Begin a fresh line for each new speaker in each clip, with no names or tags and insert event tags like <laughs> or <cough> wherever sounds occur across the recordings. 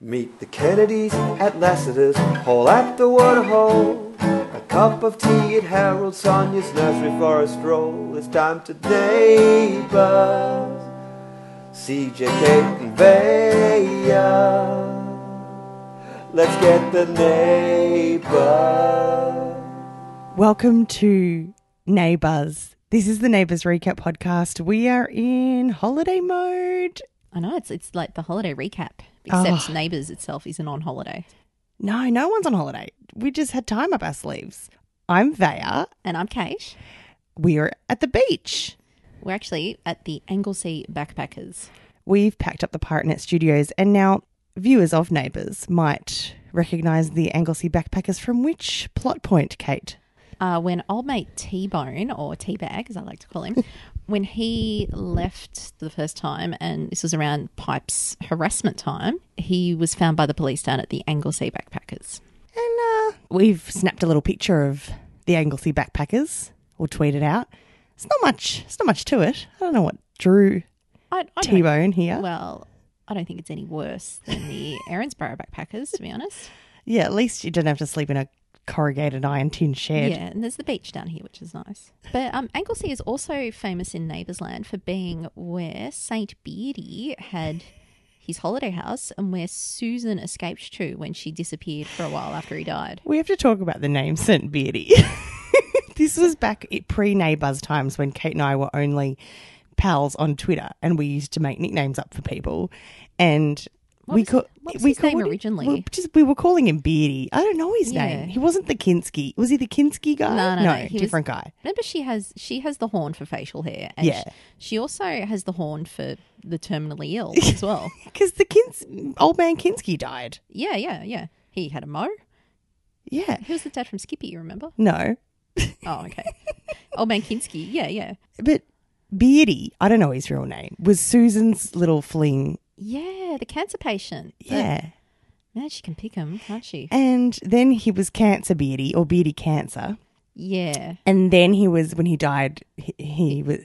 Meet the Kennedys at Lassiter's Hall at the Waterhole. A cup of tea at Harold Sonia's nursery for a stroll. It's time to neighbors. CJ, Kate, and Vaya. Let's get the neighbors.
Welcome to Neighbours. This is the Neighbours Recap podcast. We are in holiday mode.
I know it's it's like the holiday recap, except Neighbours itself isn't on holiday,
No, no one's on holiday. We just had time up our sleeves. I'm Vaya.
and I'm Kate.
We are at the beach.
We're actually at the Anglesey Backpackers.
We've packed up the Pirate Studios, and now viewers of Neighbours might recognise the Anglesey backpackers from which plot point, Kate?
Uh, when old mate T Bone or T Bag, as I like to call him, when he left the first time, and this was around Pipe's harassment time, he was found by the police down at the Anglesey Backpackers.
And uh, we've snapped a little picture of the Anglesey backpackers. We'll tweet it out. It's not much. It's not much to it. I don't know what drew
I, I don't-
T Bone here.
Well, I don't think it's any worse than the Erinsborough Backpackers, to be honest.
yeah, at least you don't have to sleep in a corrugated iron tin shed.
Yeah, and there's the beach down here, which is nice. But um, Anglesey is also famous in Neighbours Land for being where St. Beardy had his holiday house and where Susan escaped to when she disappeared for a while after he died.
We have to talk about the name St. Beardy. <laughs> this was back pre Neighbours times when Kate and I were only pals on Twitter and we used to make nicknames up for people. And we
was-
call
what was
we
his name
called him-
originally?
We, just, we were calling him Beardy. I don't know his
Yeah.
name. He wasn't the Kinsky. Was he the Kinsky guy?
No, no, no, he was-
different guy.
Remember, she has she has the horn for facial hair, and
Yeah.
she, she also has the horn for the terminally
<laughs>
ill as well.
Because the Kins, old man Kinsky died.
yeah, yeah, yeah. He had a mo.
Yeah.
He was the dad from Skippy. You remember?
No.
Oh,
<laughs>
okay. Old man Kinsky. Yeah, yeah,
But Beardy, I don't know his real name, was Susan's little fling.
yeah. The cancer patient. But
Yeah.
Man, she can pick him, can't she?
And then he was cancer Beardy or Beardy cancer.
Yeah.
And then he was, when he died, he, he was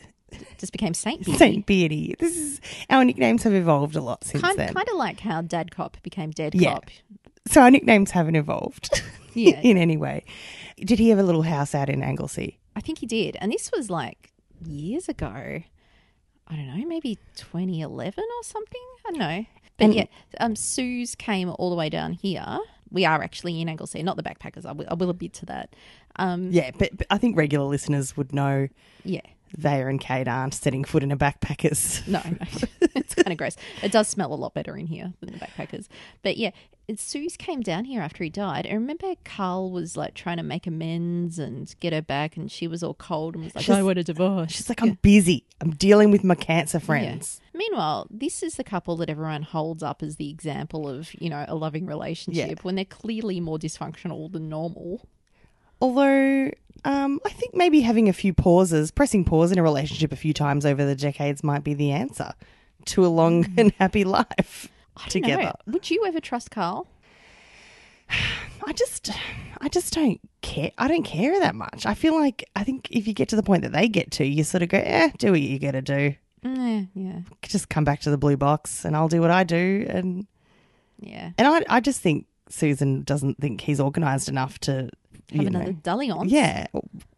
Just became Saint Beardy.
St. Beardy. This is, our nicknames have evolved a lot since
Kind,
then.
kind of like how Dad Cop became Dead
Yeah.
Cop.
So our nicknames haven't evolved
<laughs> Yeah.
<laughs> in any way. Did he have a little house out in Anglesey?
I think he did. And this was like years ago. I don't know, maybe 2011 or something. I don't know. But
And-
yeah, um, Sue's came all the way down here. We are actually in Anglesey, not the backpackers. I will, I will admit to that. Um,
Yeah, but, but I think regular listeners would know
yeah.
Vaya and Kate aren't setting foot in a backpackers. <laughs>
No, no. <laughs> it's kind of gross. It does smell a lot better in here than the backpackers. But yeah, it, Suze came down here after he died. I remember Carl was like trying to make amends and get her back, and she was all cold and was like,
She's-
"I want a divorce."
She's like, I'm busy. I'm dealing with my cancer friends.
Yeah. Meanwhile, this is the couple that everyone holds up as the example of you know a loving relationship when they're clearly more dysfunctional than normal.
Although, um, I think maybe having a few pauses, pressing pause in a relationship a few times over the decades might be the answer to a long and happy life
Mm. I don't know.
together.
Would you ever trust Carl?
I just, I just don't care. I don't care that much. I feel like I think if you get to the point that they get to, you sort of go, eh, do what you gotta do.
Mm, yeah,
Just come back to the blue box, and I'll do what I do. And
yeah.
and I, I just think Susan doesn't think he's organised enough to
Have
you know.
another dulling on.
Yeah,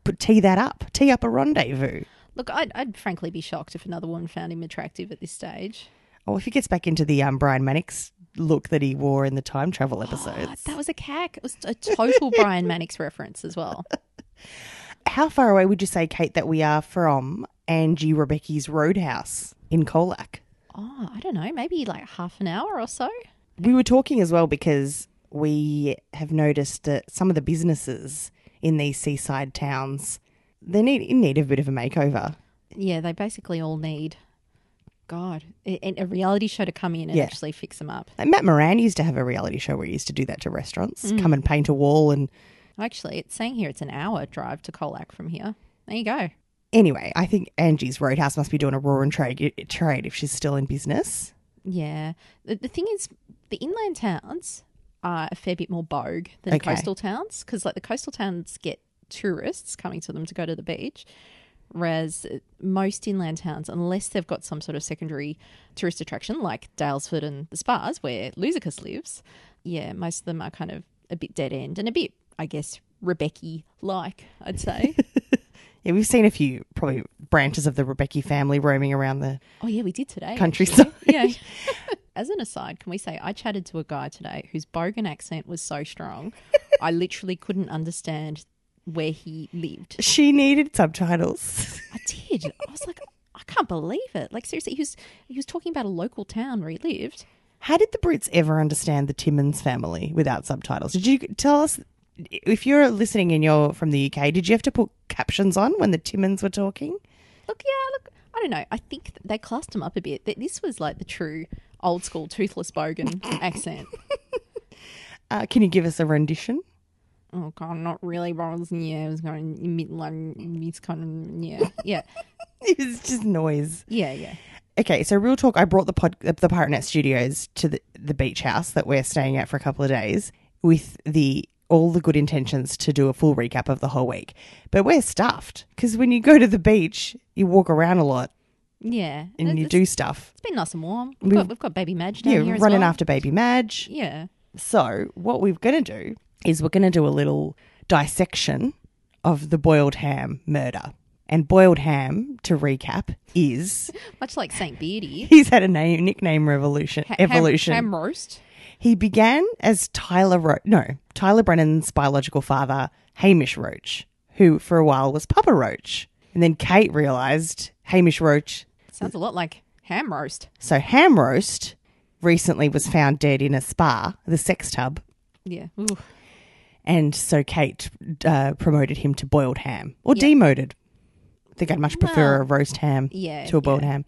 but tee that up. Tee up a rendezvous.
Look, I'd, I'd frankly be shocked if another woman found him attractive at this stage.
Oh, if he gets back into the um, Brian Mannix look that he wore in the time travel
God,
episodes,
that was a cack. It was a total Brian Mannix reference as well.
how far away would you say, Kate, that we are from Angie Rebecca's Roadhouse in Colac?
Oh, I don't know. Maybe like half an hour or so.
We were talking as well because we have noticed that some of the businesses in these seaside towns they need in need of a bit of a makeover.
Yeah, they basically all need, God, a, and a reality show to come in and
Yeah.
actually fix them up.
Like Matt Moran used to have a reality show where he used to do that to restaurants, come and paint a wall and
Actually, it's saying here it's an hour drive to Colac from here. There you go.
Anyway, I think Angie's Roadhouse must be doing a roar and trade, trade if she's still in business.
Yeah. The, the thing is, the inland towns are a fair bit more bogue than
Okay.
coastal towns because, like, the coastal towns get tourists coming to them to go to the beach. Whereas uh, most inland towns, unless they've got some sort of secondary tourist attraction like Dalesford and the Spas, where Luzicus lives, yeah, most of them are kind of a bit dead end and a bit, I guess, Rebecca like, I'd say.
Yeah, we've seen a few probably branches of the Rebecca family roaming around the
oh, yeah, we did today.
countryside. <laughs>
yeah. <laughs> As an aside, can we say I chatted to a guy today whose Bogan accent was
<laughs>
so strong, I literally couldn't understand where he lived.
She needed subtitles. <laughs>
I did. I was like, I can't believe it. Like seriously, he was he was talking about a local town where he lived.
How did the Brits ever understand the Timmins family without subtitles? Did you tell us if you're listening and you're from the UK, did you have to put captions on when the Timmins were talking?
Look, yeah, look. I don't know. I think th- they classed him up a bit. Th- This was like the true old school
<laughs>
toothless bogan accent.
Uh, can you give us a rendition? <laughs>
Oh god, not really. Ronald's yeah, it was going mid It's kind of yeah, yeah,
It's just noise.
yeah, yeah.
Okay, so real talk. I brought the pod, the Pirate Net Studios to the, the beach house that we're staying at for a couple of days with the all the good intentions to do a full recap of the whole week, but we're stuffed because when you go to the beach, you walk around a lot
Yeah,
and
It's-
you do stuff.
It's been nice and warm. We've got, we've got baby Madge down
Yeah,
here as
running
well.
after Baby Madge.
Yeah,
So, what we're going to do is we're going to do a little dissection of the boiled ham murder. And boiled ham, to recap, is <laughs>
much like Saint Beardy.
he's had a name nickname revolution
Ha- ham-
evolution.
ham roast.
He began as Tyler Ro- no Tyler Brennan's biological father Hamish Roach, who for a while was Papa Roach, and then Kate realized Hamish Roach.
Sounds a lot like ham roast.
So ham roast recently was found dead in a spa, the sex tub,
Yeah. Ooh.
and so Kate uh, promoted him to boiled ham or demoted. I think I'd much prefer a roast ham
Yeah,
to a boiled ham.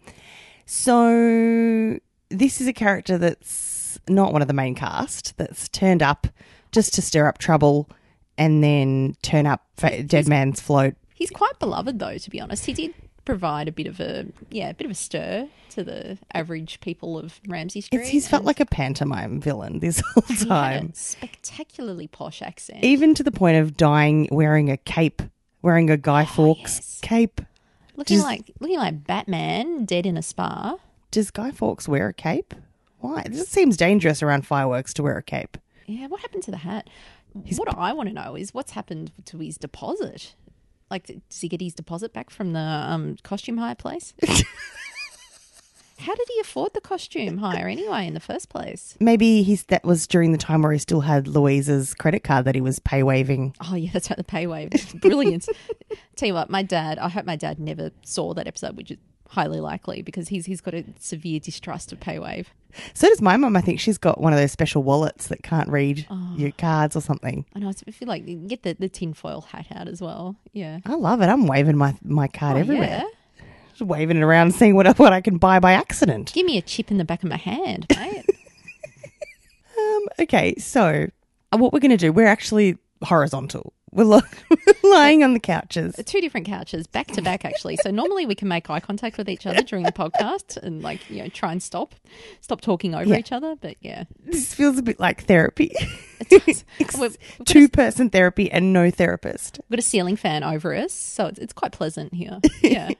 So this is a character that's not one of the main cast that's turned up just to stir up trouble and then turn up for Dead Man's Float.
He's quite beloved though, to be honest. He did provide a bit of a yeah, a bit of a stir to the average people of Ramsey Street.
It's, he's felt like a pantomime villain this <laughs> whole
He had
time,
a spectacularly posh accent.
even to the point of dying wearing a cape, wearing a Guy Fawkes
Oh, yes.
cape.
looking
just-
like looking like Batman dead in a spa.
Does Guy Fawkes wear a cape? Why? This seems dangerous around fireworks to wear a cape.
Yeah, what happened to the hat? what I want to know is what's happened to his deposit. Like, does he get his deposit back from the um, costume hire <laughs> place? How did he afford the costume hire anyway in the first place?
Maybe he's that was during the time where he still had Louise's credit card that he was pay waving.
Oh yeah, that's right, the pay <laughs> wave. Brilliant. Tell you what, my dad. I hope my dad never saw that episode, which is highly likely because he's he's got a severe distrust of pay wave.
So does my mum. I think she's got one of those special wallets that can't read your cards or something.
I know. I feel like you can get the the tinfoil hat out as well. Yeah. Oh,
I love it. I'm waving my my card everywhere,
Yeah.
just waving it around, seeing what <laughs> I- what I can buy by accident.
Give me a chip in the back of my hand, mate.
Um, okay, so uh, what we're going to do? We're actually horizontal. <laughs> We're lo- lying on the couches.
two different couches back to back actually so normally we can make eye contact with each other during the podcast and like you know try and stop stop talking over
Yeah.
each other but yeah
This feels a bit like therapy. <laughs>
it's, we've, we've got a,
Two person therapy and no therapist.
we've got a ceiling fan over us so it's, it's quite pleasant
<laughs>
here yeah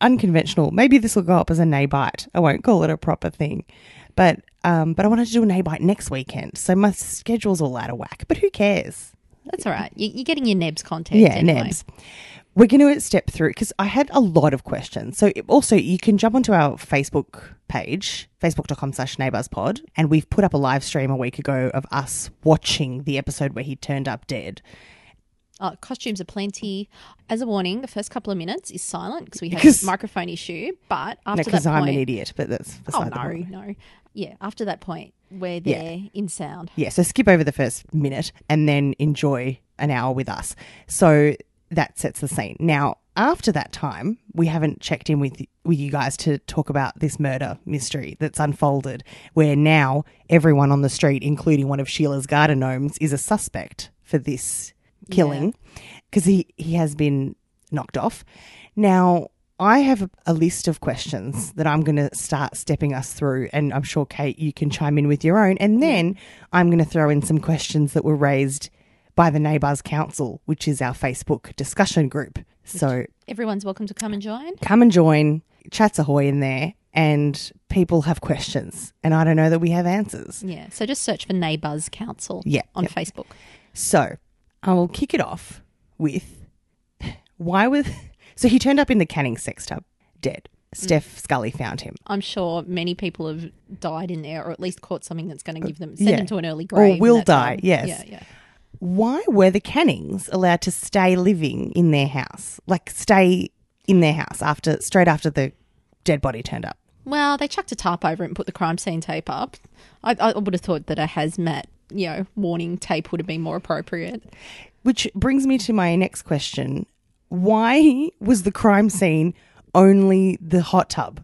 unconventional. Maybe this will go up as a nay bite. I won't call it a proper thing, but um, but I wanted to do a nay bite next weekend, so my schedule's all out of whack. But who cares?
that's all right you, you're getting your nebs content
Yeah,
anyway.
Nebs. We're going to step through because I had a lot of questions. So it- also you can jump onto our Facebook page, facebook.com slash neighbourspod. And we've put up a live stream a week ago of us watching the episode where he turned up dead.
Uh, costumes are plenty. As a warning, the first couple of minutes is silent because we have
Because-
a microphone issue. But after that
Because
point,
I'm an idiot, but that's
oh
beside the
no,
point.
no, yeah. After that point, we're
Yeah.
there in sound.
Yeah, so skip over the first minute and then enjoy an hour with us. So that sets the scene. Now, after that time, we haven't checked in with with you guys to talk about this murder mystery that's unfolded, where now everyone on the street, including one of Sheila's garden gnomes, is a suspect for this killing because he, he has been knocked off. Now, I have a, a list of questions that I'm going to start stepping us through, and I'm sure, Kate, you can chime in with your own. And then I'm going to throw in some questions that were raised by the Neighbours Council, which is our Facebook discussion group. So
Everyone's welcome to come and join.
come and join. Chats ahoy in there, and people have questions, and I don't know that we have answers.
Yeah. So just search for Neighbours Council
Yeah,
on Facebook.
So I will kick it off with why was <laughs> so he turned up in the Canning sex tub dead. Steph Scully found him.
I'm sure many people have died in there or at least caught something that's going to give them, send
Uh, yeah.
them to an early
Or
grave. in
will
that
die,
time.
yes.
Yeah, yeah.
Why were the Cannings allowed to stay living in their house, like stay in their house after straight after the dead body turned up?
Well, they chucked a tarp over it and put the crime scene tape up. I, I would have thought that a hazmat, you know, warning tape would have been more appropriate.
Which brings me to my next question. Why was the crime scene only the hot tub?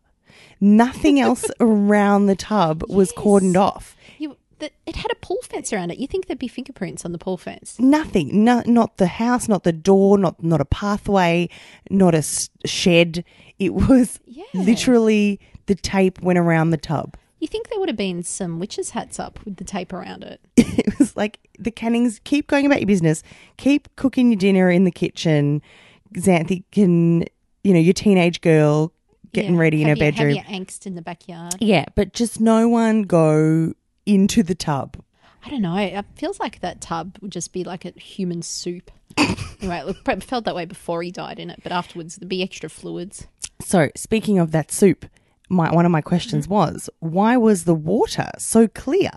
Nothing else around the tub was cordoned off.
You, that it had a pool fence around it. You think there'd be fingerprints on the pool fence?
Nothing. No, not the house, not the door, not not a pathway, not a s- shed. It was
Yeah.
literally the tape went around the tub. <laughs>
You think there would have been some witches' hats up with the tape around it?
it was like the Cannings keep going about your business, keep cooking your dinner in the kitchen. Xanthi can, you know, your teenage girl getting
Yeah.
ready in her
Have your-
bedroom.
Have your angst in the backyard.
Yeah, but just no one go into the tub.
I don't know. It feels like that tub would just be like a human soup. right, it probably felt that way before he died in it, but afterwards there'd be extra fluids.
So, speaking of that soup, my one of my
Mm-hmm.
questions was why was the water so clear?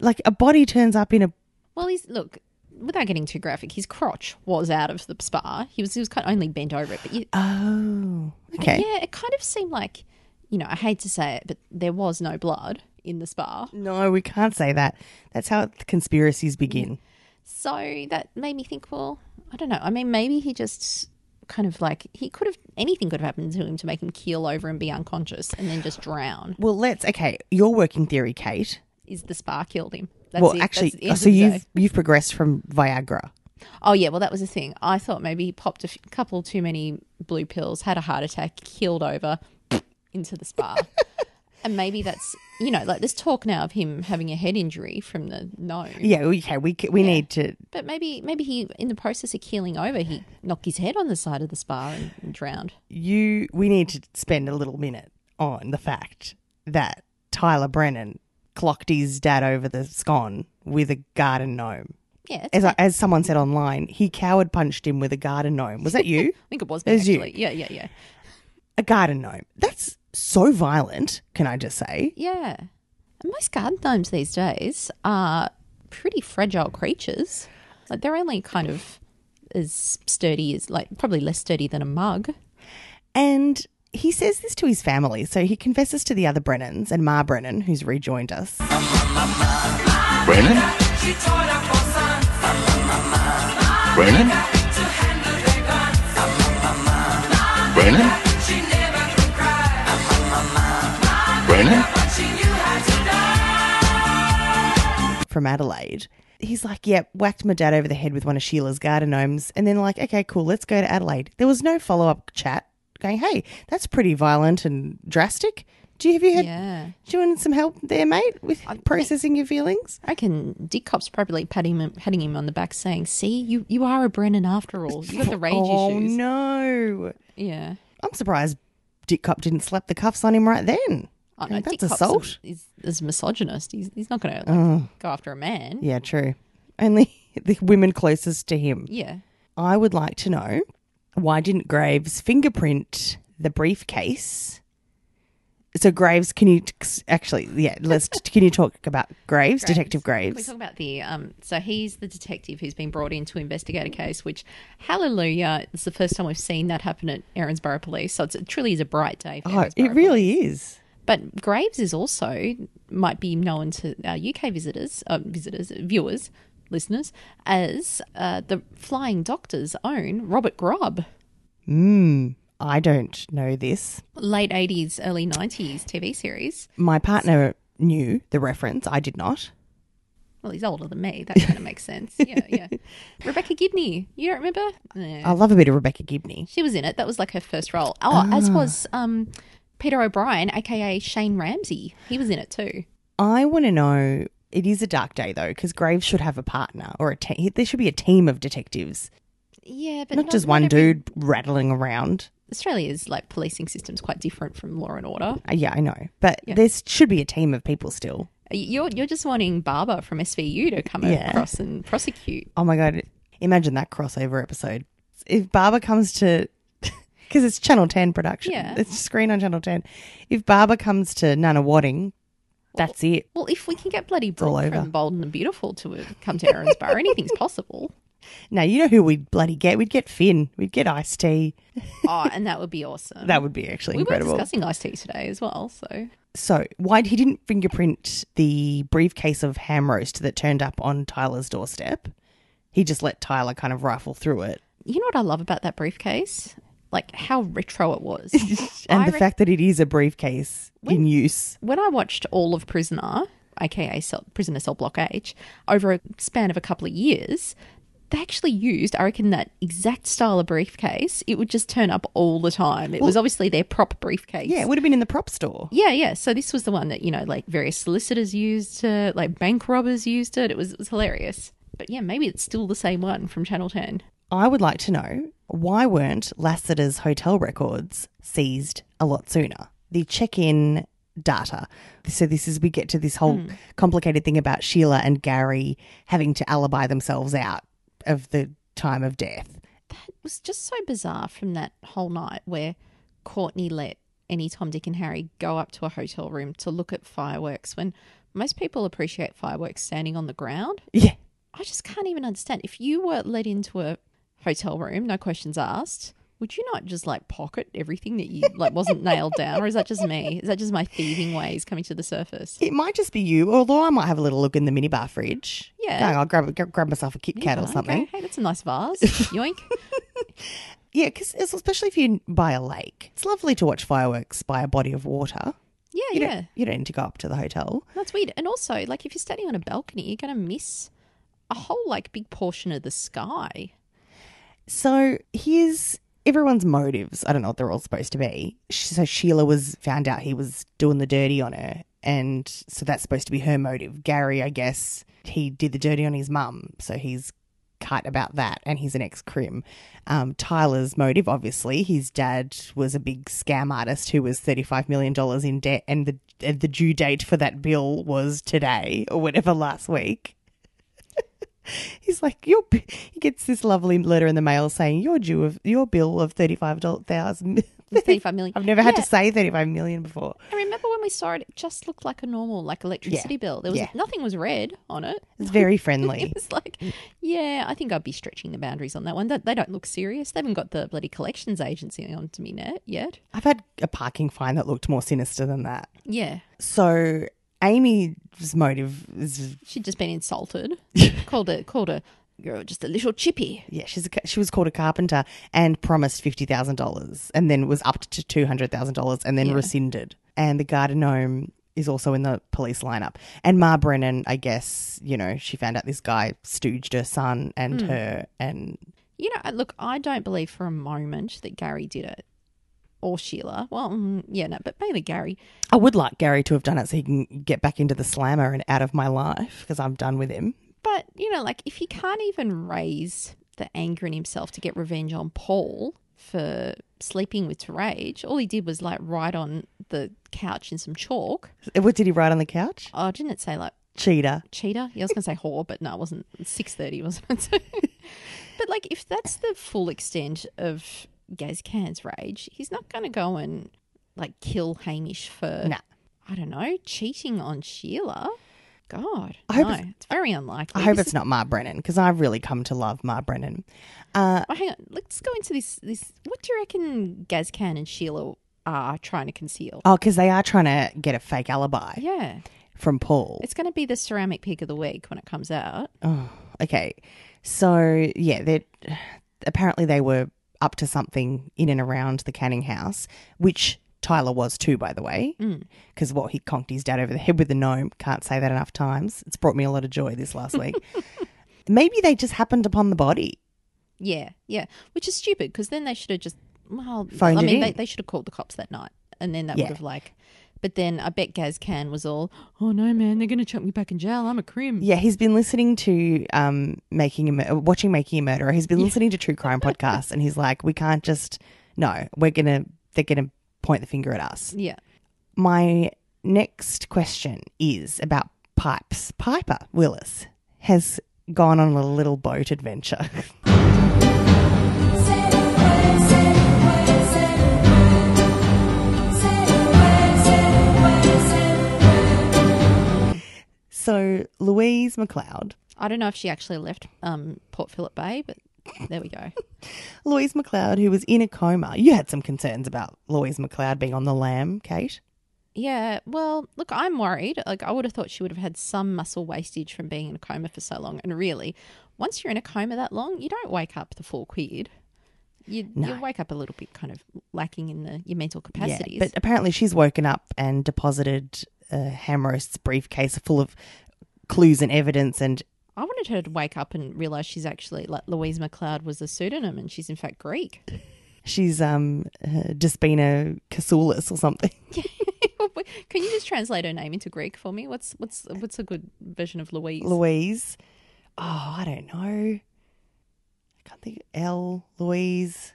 Like a body turns up in a
Well, he's look without getting too graphic. His crotch was out of the spa. He was he was kind of only bent over it, but you,
oh okay
yeah, it kind of seemed like you know I hate to say it, but there was no blood in the spa.
no we can't say that that's how the conspiracies begin
Mm-hmm. So that made me think, well, I don't know. I mean, maybe he just kind of like he could have anything could have happened to him to make him keel over and be unconscious and then just drown.
well let's okay your working theory Kate
Is the spa killed him? That's
well
it. That's
actually
the end
so
of the
you've
day.
you've progressed from Viagra
Oh yeah, well that was the thing. I thought maybe he popped a f- couple too many blue pills, had a heart attack, keeled over <laughs> into
<laughs>
the spa. and maybe that's, you know, like there's talk now of him having a head injury from the gnome.
yeah okay we c- we need to
But maybe maybe he in the process of keeling over, he knocked his head on the side of the spa and, and drowned.
you we need to spend a little minute on the fact that Tyler Brennan clocked his dad over the scone with a garden gnome.
Yeah, it's,
As
I
I, as someone said online, he coward punched him with a garden gnome. Was that you?
think it was me
There's you.
actually. Yeah, yeah, yeah.
a garden gnome. That's so violent, can I just say?
Yeah. And most garden gnomes these days are pretty fragile creatures. Like they're only kind of as sturdy as like probably less sturdy than a mug.
And he says this to his family. So he confesses to the other Brennans and Ma Brennan, who's rejoined us.
Brennan? Brennan? Brennan? Brennan?
from Adelaide. He's like, yep, whacked my dad over the head with one of Sheila's garden gnomes. And then, like, okay, cool, let's go to Adelaide. There was no follow up chat going, hey, that's pretty violent and drastic. Do you have you had,
Yeah.
do you want some help there, mate, with processing your feelings?
I reckon Dick Cop's probably patting him, patting him on the back saying, See, you, you are a Brennan after all. You got the rage
<laughs> oh,
issues.
no.
Yeah.
I'm surprised Dick Cop didn't slap the cuffs on him right then.
I
Like,
Dick
that's
Cop's a-
assault. Uh.
is, is a misogynist. He's, he's not going to like, go after a man. Yeah.
Yeah, true. Only <laughs> the women closest to him. I would like to know why didn't Graves fingerprint the briefcase? So Graves, can you t- actually? Yeah,
<laughs>
let's. Can you talk about Graves, Detective
Can we
Graves?
talk about the. Um, so he's the detective who's been brought in to investigate a case, which, hallelujah, it's the first time we've seen that happen at Erinsborough Police. So it's, it truly is a bright day for
Oh,
Erinsborough
it really is.
But Graves is also might be known to our UK visitors, uh, visitors, viewers, listeners, as uh, the Flying Doctor's own Robert Grubb.
Mm, I don't know this.
Late 80s, early 90s TV series.
My partner knew the reference. I did not.
Well, he's older than me. That kind of makes sense. Yeah,
<laughs>
yeah. Rebecca Gibney. You don't remember? Nah.
I love a bit of Rebecca Gibney.
She was in it. That was like her first role. Oh, as
Ah.
was um, Peter O'Brien, aka Shane Ramsey. He was in it too.
I want to know. It is a dark day though, because Graves should have a partner or a team. There should be a team of detectives
Yeah, but
Not just one
every-
dude rattling around.
Australia's like policing system's quite different from Law and Order.
Uh, Yeah, I know. But there should be a team of people still.
You're you're just wanting Barber from SVU to come
Yeah.
across and prosecute.
Oh my God. Imagine that crossover episode. If Barber comes to, <laughs> because it's Channel 10 production,
Yeah.
it's screen on Channel 10. If Barber comes to Nana Wadding, that's it.
Well, if we can get bloody
all
Brooke
over.
from Bold and the Beautiful to uh, come to Aaron's Bar,
<laughs>
anything's possible.
Now, you know who we'd bloody get? We'd get Finn. We'd get Ice T.
Oh, and that would be awesome.
That would be actually
we were
incredible.
discussing iced tea today as well, so
So, why he didn't fingerprint the briefcase of ham roast that turned up on Tyler's doorstep? He just let Tyler kind of rifle through it.
you know what I love about that briefcase? Like how retro it was.
<laughs> And
I
the
rec-
fact that it is a briefcase in use.
when I watched all of Prisoner, aka cell, Prisoner Cell Block H, over a span of a couple of years, they actually used, I reckon, that exact style of briefcase. It would just turn up all the time. It was obviously their prop briefcase.
Yeah, it would have been in the prop store.
Yeah, yeah. So this was the one that, you know, like various solicitors used it, like bank robbers used it. It was, it was hilarious. But yeah, maybe it's still the same one from Channel 10.
I would like to know why weren't Lassiter's hotel records seized a lot sooner? The check in data. So, this is we get to this whole
Hmm.
complicated thing about Sheila and Gary having to alibi themselves out of the time of death.
It was just so bizarre from that whole night where Courtney let any Tom, Dick, and Harry go up to a hotel room to look at fireworks when most people appreciate fireworks standing on the ground.
Yeah.
I just can't even understand. If you were let into a hotel room, no questions asked, would you not just like pocket everything that you like wasn't nailed down? Or is that just me? Is that just my thieving ways coming to the surface?
It might just be you, although I might have a little look in the minibar fridge.
Yeah.
Going, I'll grab, grab, grab myself a Kit Kat or
Okay,
something.
Hey, that's a
<laughs>
nice vase. Yoink.
Yeah, because especially if you're by a lake, it's lovely to watch fireworks by a body of water.
Yeah,
You
yeah.
Don't, you don't need to go up to the hotel.
That's weird. And also, like, if you're standing on a balcony, you're going to miss a whole, like, big portion of the sky.
So here's everyone's motives. I don't know what they're all supposed to be. Sh- So Sheila was found out he was doing the dirty on her, and so that's supposed to be her motive. Gary, I guess, he did the dirty on his mum, so he's cut about that, and he's an ex crim. Um, Tyler's motive, obviously, his dad was a big scam artist who was thirty five million dollars in debt, and the and the due date for that bill was today or whatever last week. He's like, your b-" he gets this lovely letter in the mail saying your due of your bill of thirty five thousand. <laughs>
It was 35 million.
I've never had
Yeah,
to say thirty five million before.
I remember when we saw it, it just looked like a normal, like, electricity bill. There was
yeah.
nothing was red on it. <laughs>
It's very
It
friendly.
was like,
Mm.
yeah, I think I'd be stretching the boundaries on that one. That- They don't look serious. They haven't got the bloody collections agency onto me net yet.
I've had a parking fine that looked more sinister than that.
Yeah.
So Amy's motive is
She'd just
<laughs>
been insulted. called her, called her, you're just a little chippy.
yeah, she's a, ca- she was called a carpenter and promised fifty thousand dollars, and then was up to two hundred thousand dollars, and then rescinded. And the garden gnome is also in the police lineup. And Ma Brennan, I guess, you know, she found out this guy stooged her son and her, and
You know, I- look, I don't believe for a moment that Gary did it or Sheila. Well, mm, yeah, no, but mainly Gary.
I would like Gary to have done it so he can get back into the slammer and out of my life because I'm done with him.
But, you know, like if he can't even raise the anger in himself to get revenge on Paul for sleeping with Rage, all he did was like write on the couch in some chalk.
Uh, What did he write on the couch?
Oh, didn't it say like
Cheater.
cheater? Yeah, I was going to say whore, but no, it wasn't. Six thirty, <laughs> wasn't it? but like, if that's the full extent of Gazcan's rage, he's not going to go and like kill Hamish for
Nah.
I don't know cheating on Sheila. God,
I hope
no,
it's-
it's very unlikely.
I hope
This
it's not Ma Brennan because I've really come to love Ma Brennan. Uh,
Oh, hang on, let's go into this. This, what do you reckon Gazcan and Sheila are trying
<laughs>
to conceal?
oh, because they are trying to get a fake alibi
Yeah,
from Paul.
it's going to be the ceramic pig of the week when it comes out.
Oh, okay. So yeah, they apparently they were up to something in and around the Canning house, which Tyler was too, by the way, because what he conked his dad over the head with the gnome. Can't say that enough times. It's brought me a lot of joy this last week. Maybe they just happened upon the body.
Yeah, yeah, which is stupid because then they should have just well,
Phoned
I
it
mean,
in.
they, they should have called the cops that night, and then that
Yeah.
would have like But then I bet Gaz Can was all, oh no, man, they're going to chuck me back in jail. I'm a crim.
Yeah, he's been listening to um making a Mur- watching Making a Murderer. He's been listening to true crime podcasts, and he's like, we can't just no, we're gonna they're gonna point the finger at us.
Yeah.
My next question is about pipes. Piper Willis has gone on a little boat adventure. So Louise McLeod
I don't know if she actually left um, Port Phillip Bay, but there
<laughs>
we go.
Louise McLeod, who was in a coma. You had some concerns about Louise McLeod being on the lam, Kate.
yeah. Well, look, I'm worried. Like, I would have thought she would have had some muscle wastage from being in a coma for so long. And really, once you're in a coma that long, you don't wake up the full quid. You, you wake up a little bit kind of lacking in the your mental capacities.
but apparently she's woken up and deposited a Hammerist's briefcase full of clues and evidence and
I wanted her to wake up and realize she's actually like Louise McLeod was a pseudonym and she's in fact Greek. <laughs>
she's um uh, Despina Casoulis or something. <laughs>
Can you just translate her name into Greek for me? What's what's what's a good version of Louise?
Louise. Oh, I don't know. I can't think of L Louise.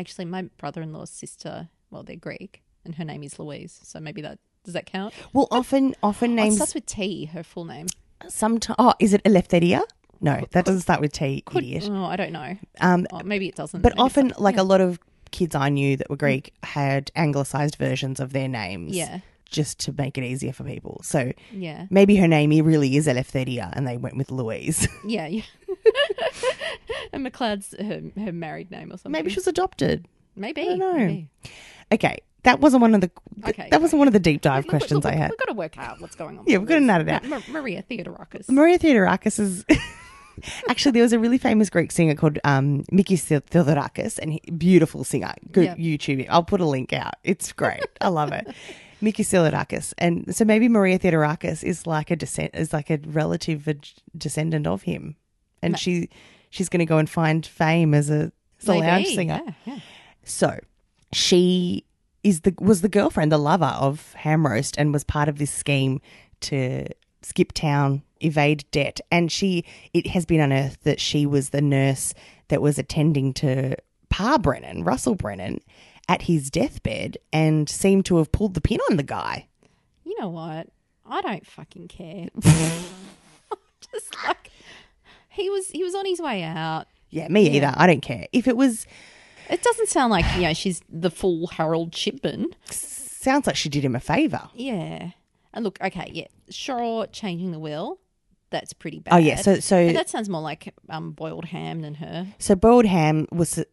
actually my brother-in-law's sister well they're greek and her name is louise so maybe that does that count
Well, often often
oh, it
names
starts with t her full name
sometimes Oh, is it Eleftheria? No, that doesn't start with T,
Could-
idiot.
oh i don't know
Um,
oh, maybe it doesn't
But
Maybe it's
often,
not-
like
yeah.
a lot of kids I knew that were Greek had anglicized versions of their names.
Yeah.
Just to make it easier for people. So
yeah
maybe her name really is Eleftheria and they went with Louise. <laughs>
yeah yeah <laughs> and mcleod's her, her married name or something
maybe she was adopted.
maybe
I don't know.
maybe.
Okay. That wasn't one of the th-
Okay,
that wasn't one of the deep dive
Look,
questions
look,
I had.
we've got to work out what's going on
Yeah,
with
we've got to
Louise.
nut it out.
Ma- Ma- maria theodorakis
Maria Theodorakis is <laughs> actually there was a really famous Greek singer called um, Mikis Theodorakis, and he, beautiful singer. Go
Yep.
YouTube it. I'll put a link out. It's great. I love it. <laughs> Mikis Theodorakis, and so maybe Maria Theodorakis is like a descent is like a relative a descendant of him, and she she's going to go and find fame as a, as a
Maybe,
lounge singer.
yeah, yeah.
So she is the was the girlfriend, the lover of Hamroast, and was part of this scheme to skip town, evade debt. And she it has been unearthed that she was the nurse that was attending to Pa Brennan, Russell Brennan, at his deathbed and seemed to have pulled the pin on the guy.
you know what? I don't
<laughs>
fucking care. <laughs> just like he was he was on his way out.
Yeah, me either. I don't care. If it was
It doesn't sound like, you know, she's the full Harold Shipman.
sounds like she did him a favour.
Yeah. And look, okay, yeah. Sure, changing the will. That's pretty bad.
Oh, yeah, so- so-
But that sounds more like um, boiled ham than her.
So boiled ham was uh,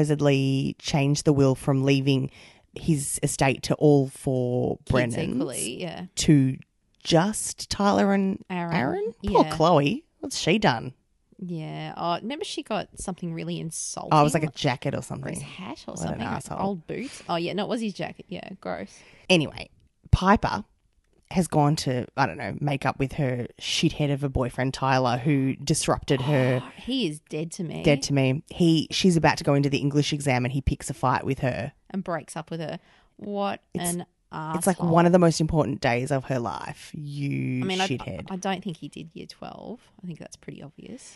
supposedly changed the will from leaving his estate to all four
Kids
Brennans
equally, yeah.
to just Tyler and
Aaron,
Aaron. Poor
yeah.
Chloe. What's she done?
Yeah. Oh, remember she got something really insulting.
Oh, it was like a jacket or
or his
something.
hat or
What an
something. like
asshole.
old boots. Oh yeah, no, it was his jacket. Yeah, gross.
Anyway, Piper has gone to I don't know make up with her shithead of a boyfriend Tyler who disrupted
<gasps>
her.
He is dead to me.
Dead to me. He she's about to go into the English exam and he picks a fight with her.
and breaks up with her. What an asshole.
It's like one of the most important days of her life. You
I mean, I,
shithead.
I don't think he did year 12. I think that's pretty obvious.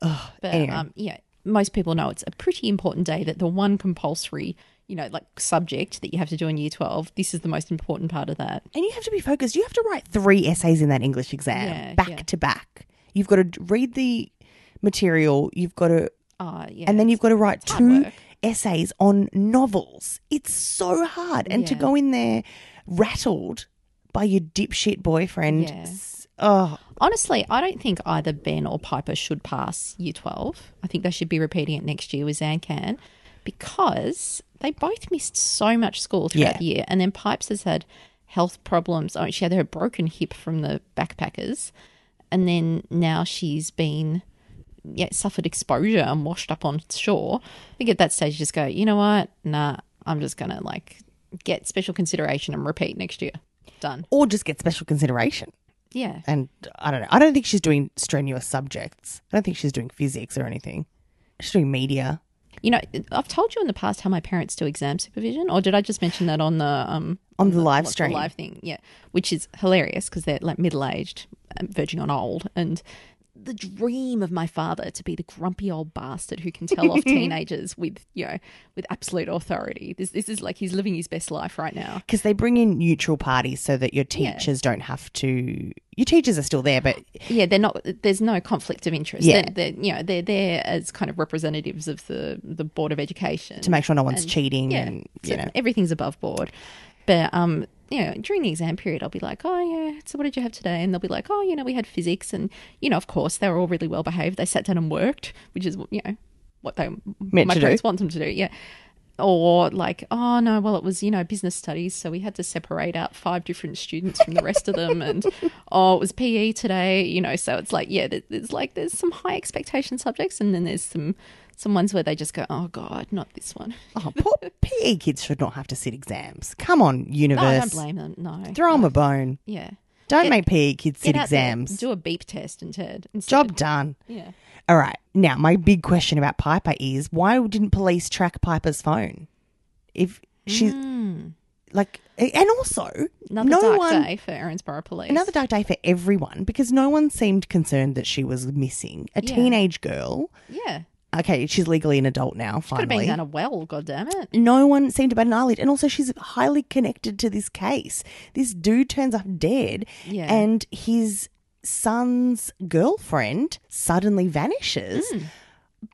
but
anyway.
um, yeah, most people know it's a pretty important day that the one compulsory, you know, like subject that you have to do in year 12, this is the most important part of that.
And you have to be focused. You have to write three essays in that English exam
Yeah,
back
yeah.
to back. You've got to d- read the material. You've got to,
Uh, yeah.
and then you've got to write
hard
two
work.
essays on novels. It's so hard. And to
Yeah.
go in there rattled by your dipshit boyfriend.
Yeah.
s- Oh,
Honestly, I don't think either Ben or Piper should pass year 12. I think they should be repeating it next year with Zancan because they both missed so much school throughout
Yeah.
the year. And then Pipes has had health problems. Oh, she had her broken hip from the backpackers. And then now she's been, yeah, suffered exposure and washed up on shore. I think at that stage, you just go, you know what? Nah, I'm just going to like get special consideration and repeat next year. Done.
or just get special consideration.
Yeah.
And I don't know. I don't think she's doing strenuous subjects. I don't think she's doing physics or anything. She's doing media.
You know, I've told you in the past how my parents do exam supervision, or did I just mention that on the um
On the live
what's
stream.
the live thing? Yeah, which is hilarious because they're like middle aged, verging on old, and the dream of my father to be the grumpy old bastard who can tell
<laughs>
off teenagers with you know with absolute authority. This this is like he's living his best life right now.
Because they bring in neutral parties so that your teachers don't have to. Your teachers are still there, but
Yeah, they're not. There's no conflict of interest.
Yeah.
They're, they're, you know, they're there as kind of representatives of the the board of education
to make sure no one's cheating
yeah,
and
so
you know.
everything's above board. But um, you know, during the exam period, I'll be like, oh yeah, so what did you have today? And they'll be like, oh, you know, we had physics, and you know, of course, they were all really well behaved. They sat down and worked, which is you know what they
Meant
my
to do.
parents want them to do. Yeah. Or like, oh no, well it was you know business studies, so we had to separate out five different students from the rest of
<laughs>
them, and oh it was PE today, you know. So it's like, yeah, there- there's like there's some high expectation subjects, and then there's some some ones where they just go, oh god, not this one.
Oh,
<laughs>
poor PE kids should not have to sit exams. Come on,
No, Oh, I
universe.
don't blame them. No.
Throw them a bone.
yeah.
Don't
Get-
make PE kids sit
Get out there,
exams.
do a beep test instead. instead.
Job done.
Yeah.
All right. Now, my big question about Piper is why didn't police track Piper's phone? If she's like, and also,
Hmm. Another
no
dark
one,
day for Erinsborough Police.
another dark day for everyone because no one seemed concerned that she was missing. A
Yeah.
teenage girl.
Yeah.
Okay, she's legally an adult now.
Could have
Finally,
been done a well, goddammit.
no one seemed to bat an eyelid. And also, she's highly connected to this case. This dude turns up dead,
Yeah.
and his son's girlfriend suddenly vanishes.
Hmm.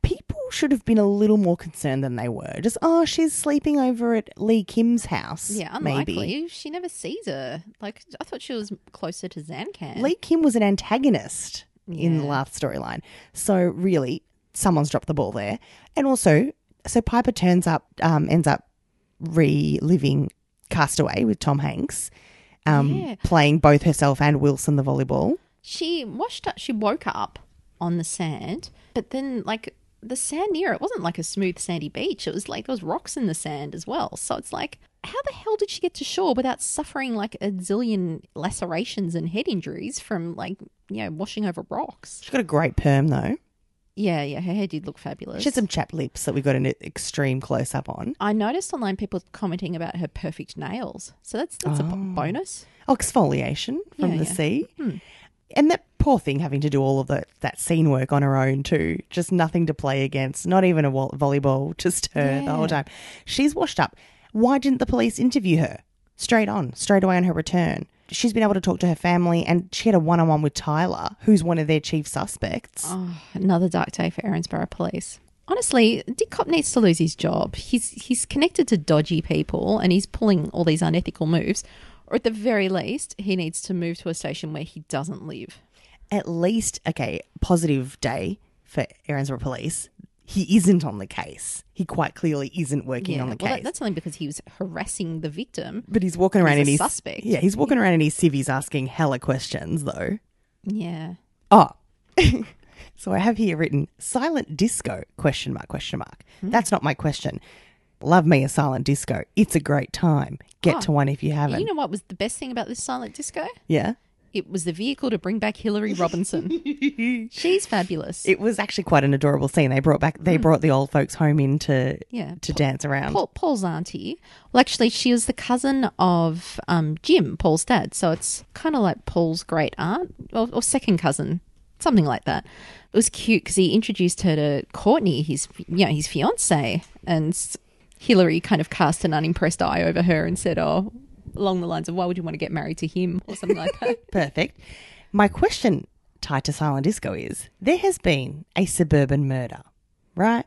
People should have been a little more concerned than they were. Just, oh, she's sleeping over at Lee Kim's house.
Yeah,
maybe.
unlikely. She never sees her. Like I thought she was closer to Zancan.
Lee Kim was an antagonist in the
Yeah.
last storyline. So really, someone's dropped the ball there. And also, so Piper turns up, um, ends up reliving Castaway with Tom Hanks, um,
Yeah.
playing both herself and Wilson the volleyball.
she washed up she woke up on the sand but then like the sand near it wasn't like a smooth sandy beach it was like there was rocks in the sand as well so it's like how the hell did she get to shore without suffering like a zillion lacerations and head injuries from like you know washing over rocks
She's got a great perm though.
yeah yeah her hair did look fabulous
She had some chap lips that we got an extreme close up on.
i noticed online people commenting about her perfect nails so that's that's a b- bonus
Oh, exfoliation from the
Yeah, yeah. Hmm.
sea. And that poor thing having to do all of the, that scene work on her own too. Just nothing to play against, not even a wo- volleyball, <laughs> just her the whole time. She's washed up. Why didn't the police interview her? Straight on, straight away on her return. She's been able to talk to her family and she had a one on one with Tyler, who's one of their chief suspects.
Oh, another dark day for Erinsborough Police. Honestly, Dick Cop needs to lose his job. He's he's connected to dodgy people and he's pulling all these unethical moves. Or at the very least, he needs to move to a station where he doesn't live.
At least, okay, positive day for Erinsborough Police. He isn't on the case. He quite clearly isn't working on the
well,
case.
that, that's only because he was harassing the victim.
But he's walking around
he's
in
a
his
suspect.
Yeah, he's walking around in his civvies asking hella questions though.
Yeah.
Oh. <laughs> so I have here written silent disco question mark question mark.
Hmm.
That's not my question. Love me a silent disco. It's a great time. Get to one if you haven't.
Oh. You know what was the best thing about this silent disco?
yeah.
It was the vehicle to bring back Hillary Robinson.
<laughs>
She's fabulous.
It was actually quite an adorable scene. They brought back they brought the old folks home in to
Hmm. Yeah,
to dance around.
Paul, Paul's auntie. Well, actually, she was the cousin of um, Jim, Paul's dad. So it's kind of like Paul's great aunt or, or second cousin, something like that. It was cute because he introduced her to Courtney, his you know, his fiance, and s- Hillary kind of cast an unimpressed eye over her and said, "Oh." Along the lines of why would you want to get married to him or something like that?
Perfect. My question tied to silent disco is there has been a suburban murder, right?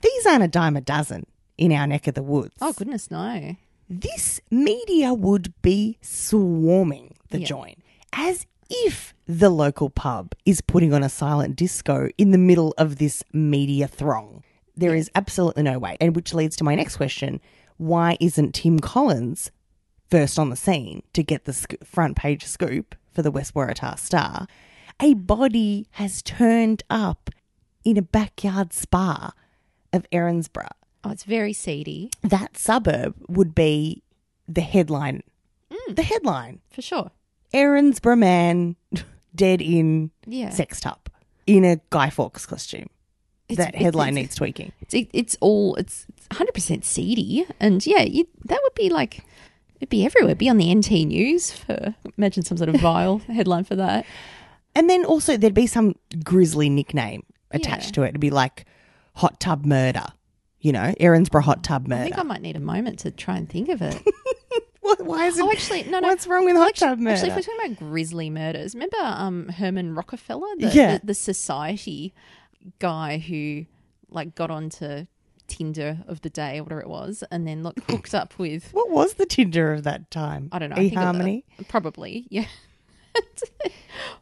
These aren't a dime a dozen in our neck of the woods.
<laughs> oh goodness, no!
This media would be swarming the
Yeah.
joint as if the local pub is putting on a silent disco in the middle of this media throng. There is absolutely no way. And which leads to my next question why isn't Tim Collins first on the scene to get the sc- front page scoop for the West Waratah Star? A body has turned up in a backyard spa of Erinsborough
Oh, it's very seedy
that suburb would be the headline.
Mm.
The headline:
for sure.
Erinsborough man <laughs> dead in
Yeah,
sex tub in a Guy Fawkes costume.
It's-
that
it's-
headline
it's-
needs tweaking.
It's, it, it's all it's hundred percent seedy, and yeah, you, that would be like it'd be everywhere. It'd be on the NT News for imagine some sort of
<laughs>
vile headline for that.
And then also there'd be some grisly nickname attached
Yeah.
to it. It'd be like hot tub murder, you know, Erinsborough hot tub
I
murder.
think I might need a moment to try and think of it.
<laughs> What- why is it?
Oh, actually, no, no.
What's wrong with hot tub murder?
Actually, if we're talking about grisly murders, remember um, Herman Rockefeller, the,
Yeah.
the, the society guy who like got onto Tinder of the day, whatever it was, and then look hooked up with
what was the Tinder of that time?
I don't know, I think it-
eHarmony.
probably yeah, <laughs>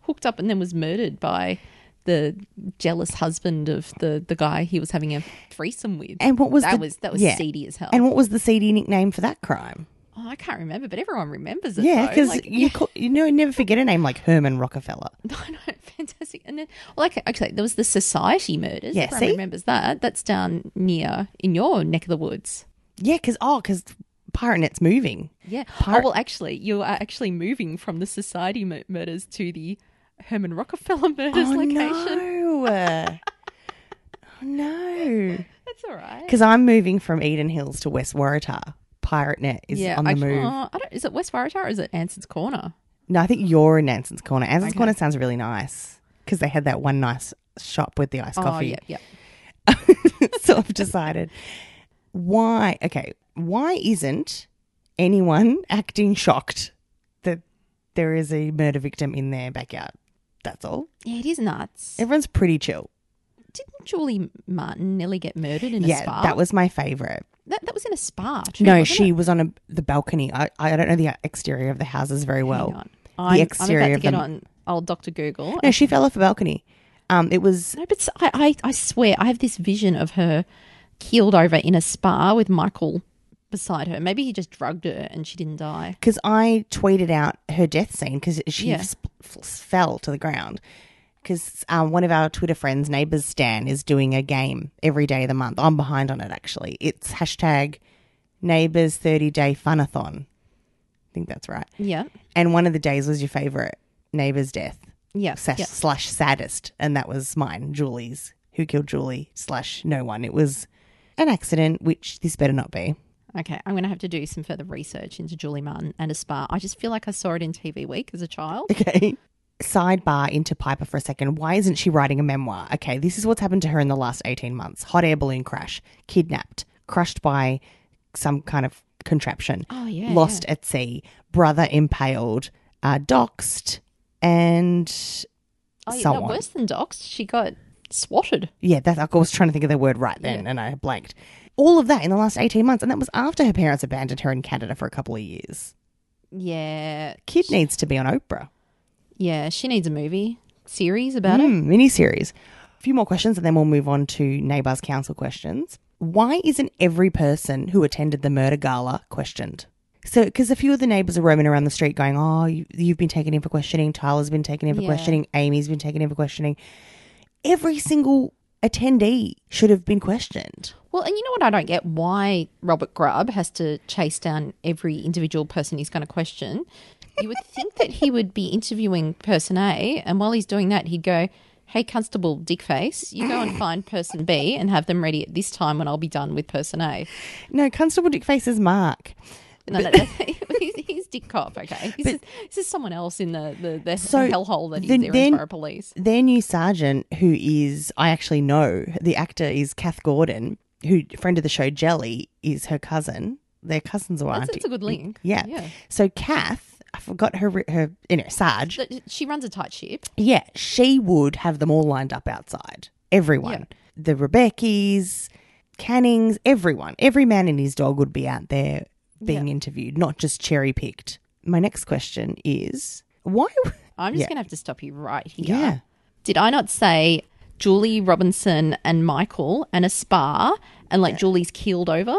hooked up and then was murdered by the jealous husband of the the guy he was having a threesome with.
And what was
that
the-
was that was
yeah.
seedy as hell.
And what was the CD nickname for that crime?
oh, I can't remember, but everyone remembers it.
Yeah,
though.
because
Like,
you call, you know you never forget a name like Herman Rockefeller.
<laughs> No, no, fantastic. And then, well, okay, okay, there was the Society murders.
Yeah,
Everyone
see?
remembers that. That's down near in your neck of the woods.
Yeah, because oh, because PirateNet's moving.
Yeah.
Pirate-
oh, well, actually, you are actually moving from the Society mur- murders to the Herman Rockefeller <laughs> murders
oh <laughs>
location.
no! oh no!
That's all right.
Because I'm moving from Eden Hills to West Waratah. PirateNet is on the
I,
move.
oh, I don't, is it West Waratah or is it Anson's Corner?
No, I think you're in Nansen's Corner. Nansen's
Okay.
Corner sounds really nice because they had that one nice shop with the iced
Oh,
coffee.
yeah, yeah.
<laughs> so I've decided why. Okay, why isn't anyone acting shocked that there is a murder victim in their backyard? That's all.
Yeah, it is nuts.
Everyone's pretty chill.
Didn't Julie Martin nearly get murdered in
yeah,
a spa?
that was my favorite.
that, that was in a spa. Too,
No,
wasn't
she
it?
was on a, the balcony. I, I don't know the exterior of the houses very well.
Hang on. I'm,
exterior
I'm about
of
to get
them.
on old Doctor Google.
No, she fell off a balcony. Um, it was
No, but s- I, I, I swear, I have this vision of her keeled over in a spa with Michael beside her. Maybe he just drugged her and she didn't die.
because I tweeted out her death scene because she
Yeah.
sp- f- fell to the ground. Because um, one of our Twitter friends, neighbors Stan, is doing a game every day of the month. I'm behind on it actually. It's hashtag neighbors 30 day funathon. I think that's right.
Yeah.
And one of the days was your favorite neighbor's death
Yeah.
slash,
yeah.
slash saddest, and that was mine, Julie's. Who killed Julie slash no one? It was an accident, which this better not be.
Okay. I'm going to have to do some further research into Julie Martin and a spa. I just feel like I saw it in TV Week as a child.
Okay. Sidebar into Piper for a second. Why isn't she writing a memoir? Okay, this is what's happened to her in the last 18 months hot air balloon crash, kidnapped, crushed by some kind of contraption,
Oh, yeah.
lost at sea, brother impaled, uh, doxed, and
Oh, yeah.
so
no,
on.
worse than Docs. She got swatted.
Yeah, that, I was trying to think of the word right then and I blanked. All of that in the last 18 months. And that was after her parents abandoned her in Canada for a couple of years.
Yeah.
Kid needs to be on Oprah.
Yeah. She needs a movie series about it.
Mm, miniseries. A few more questions and then we'll move on to Neighbours Council questions. Why isn't every person who attended the murder gala questioned? So, because a few of the neighbours are roaming around the street going, Oh, you, you've been taken in for questioning. Tyler's been taken in for
Yeah.
questioning. Amy's been taken in for questioning. Every single attendee should have been questioned.
Well, and you know what I don't get? Why Robert Grubb has to chase down every individual person he's going to question. You would think that he would be interviewing person A, and while he's doing that, he'd go, Hey, Constable Dickface, you go and find person B and have them ready at this time when I'll be done with person A.
No, Constable Dickface is Mark.
No, no, <laughs> no, he's, he's Dick Cop, okay? This, is, this is someone else in the, the, the
So
hellhole that
then-
he's
then-
there for police.
Their new sergeant, who is, I actually know, the actor is Kath Gordon, who, friend of the show Jelly, is her cousin. Their cousins or
That's,
auntie.
that's a good link.
Yeah.
yeah.
So Kath, I forgot her, re- her, you know, Sarge.
Th- She runs a tight ship.
yeah, she would have them all lined up outside. Everyone. The Rebeckys, Cannings, everyone. Every man and his dog would be out there being interviewed, not just cherry picked. My next question is why?
I'm just
Yeah.
going to have to stop you right here.
Yeah.
Did I not say Julie Robinson and Michael and a spa and like Julie's keeled over?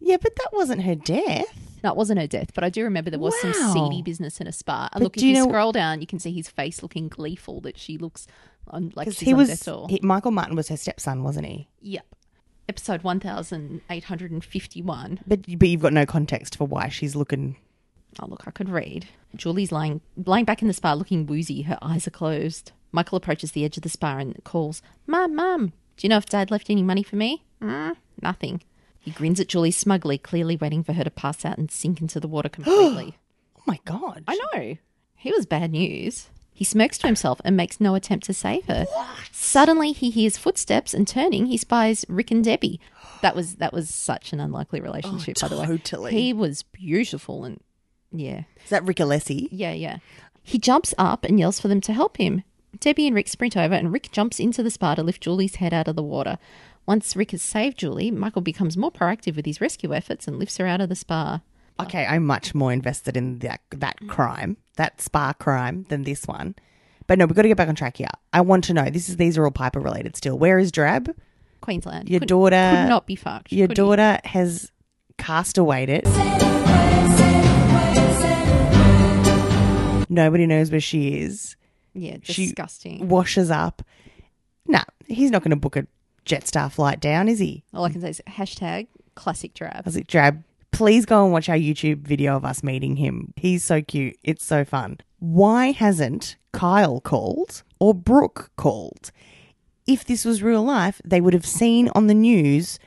Yeah, but that wasn't her death.
No, it wasn't her death, but I do remember there was
Wow.
some seedy business in a spa. And
But
look, if
do
you,
you know-
scroll down, you can see his face looking gleeful that she looks on like
Because
she's
he
on
was
death door.
he, Michael Martin was her stepson, wasn't he?
Yep. Episode 1851.
But but you've got no context for why she's looking.
Oh, look, I could read. Julie's lying, lying back in the spa looking woozy. Her eyes are closed. Michael approaches the edge of the spa and calls, Mum, Mum. Do you know if Dad left any money for me? Mm, nothing. He grins at Julie smugly, clearly waiting for her to pass out and sink into the water completely.
Oh my god.
I know. He was bad news. He smirks to himself and makes no attempt to save her. Suddenly he hears footsteps and turning he spies Rick and Debbie. That was that was such an unlikely relationship, by the way.
totally.
He was beautiful and yeah.
Is that Rick Alessi?
Yeah, yeah. He jumps up and yells for them to help him. Debbie and Rick sprint over, and Rick jumps into the spa to lift Julie's head out of the water. Once Rick has saved Julie, Michael becomes more proactive with his rescue efforts and lifts her out of the spa.
Okay, I'm much more invested in that that
Mm.
crime, that spa crime, than this one. But no, we've got to get back on track here. I want to know. This is these are all Piper related still. Where is Drab?
Queensland.
Your
could,
daughter-
could not be fucked.
Your
could he?
daughter has castawated. Nobody knows where she is.
Yeah,
she-
disgusting.
Washes up. Nah, he's not going to book a Jetstar flight down, is he?
All I can say is hashtag classic
I
drab.
was like, Drab, please go and watch our YouTube video of us meeting him. He's so cute. It's so fun. Why hasn't Kyle called or Brooke called? If this was real life, they would have seen on the news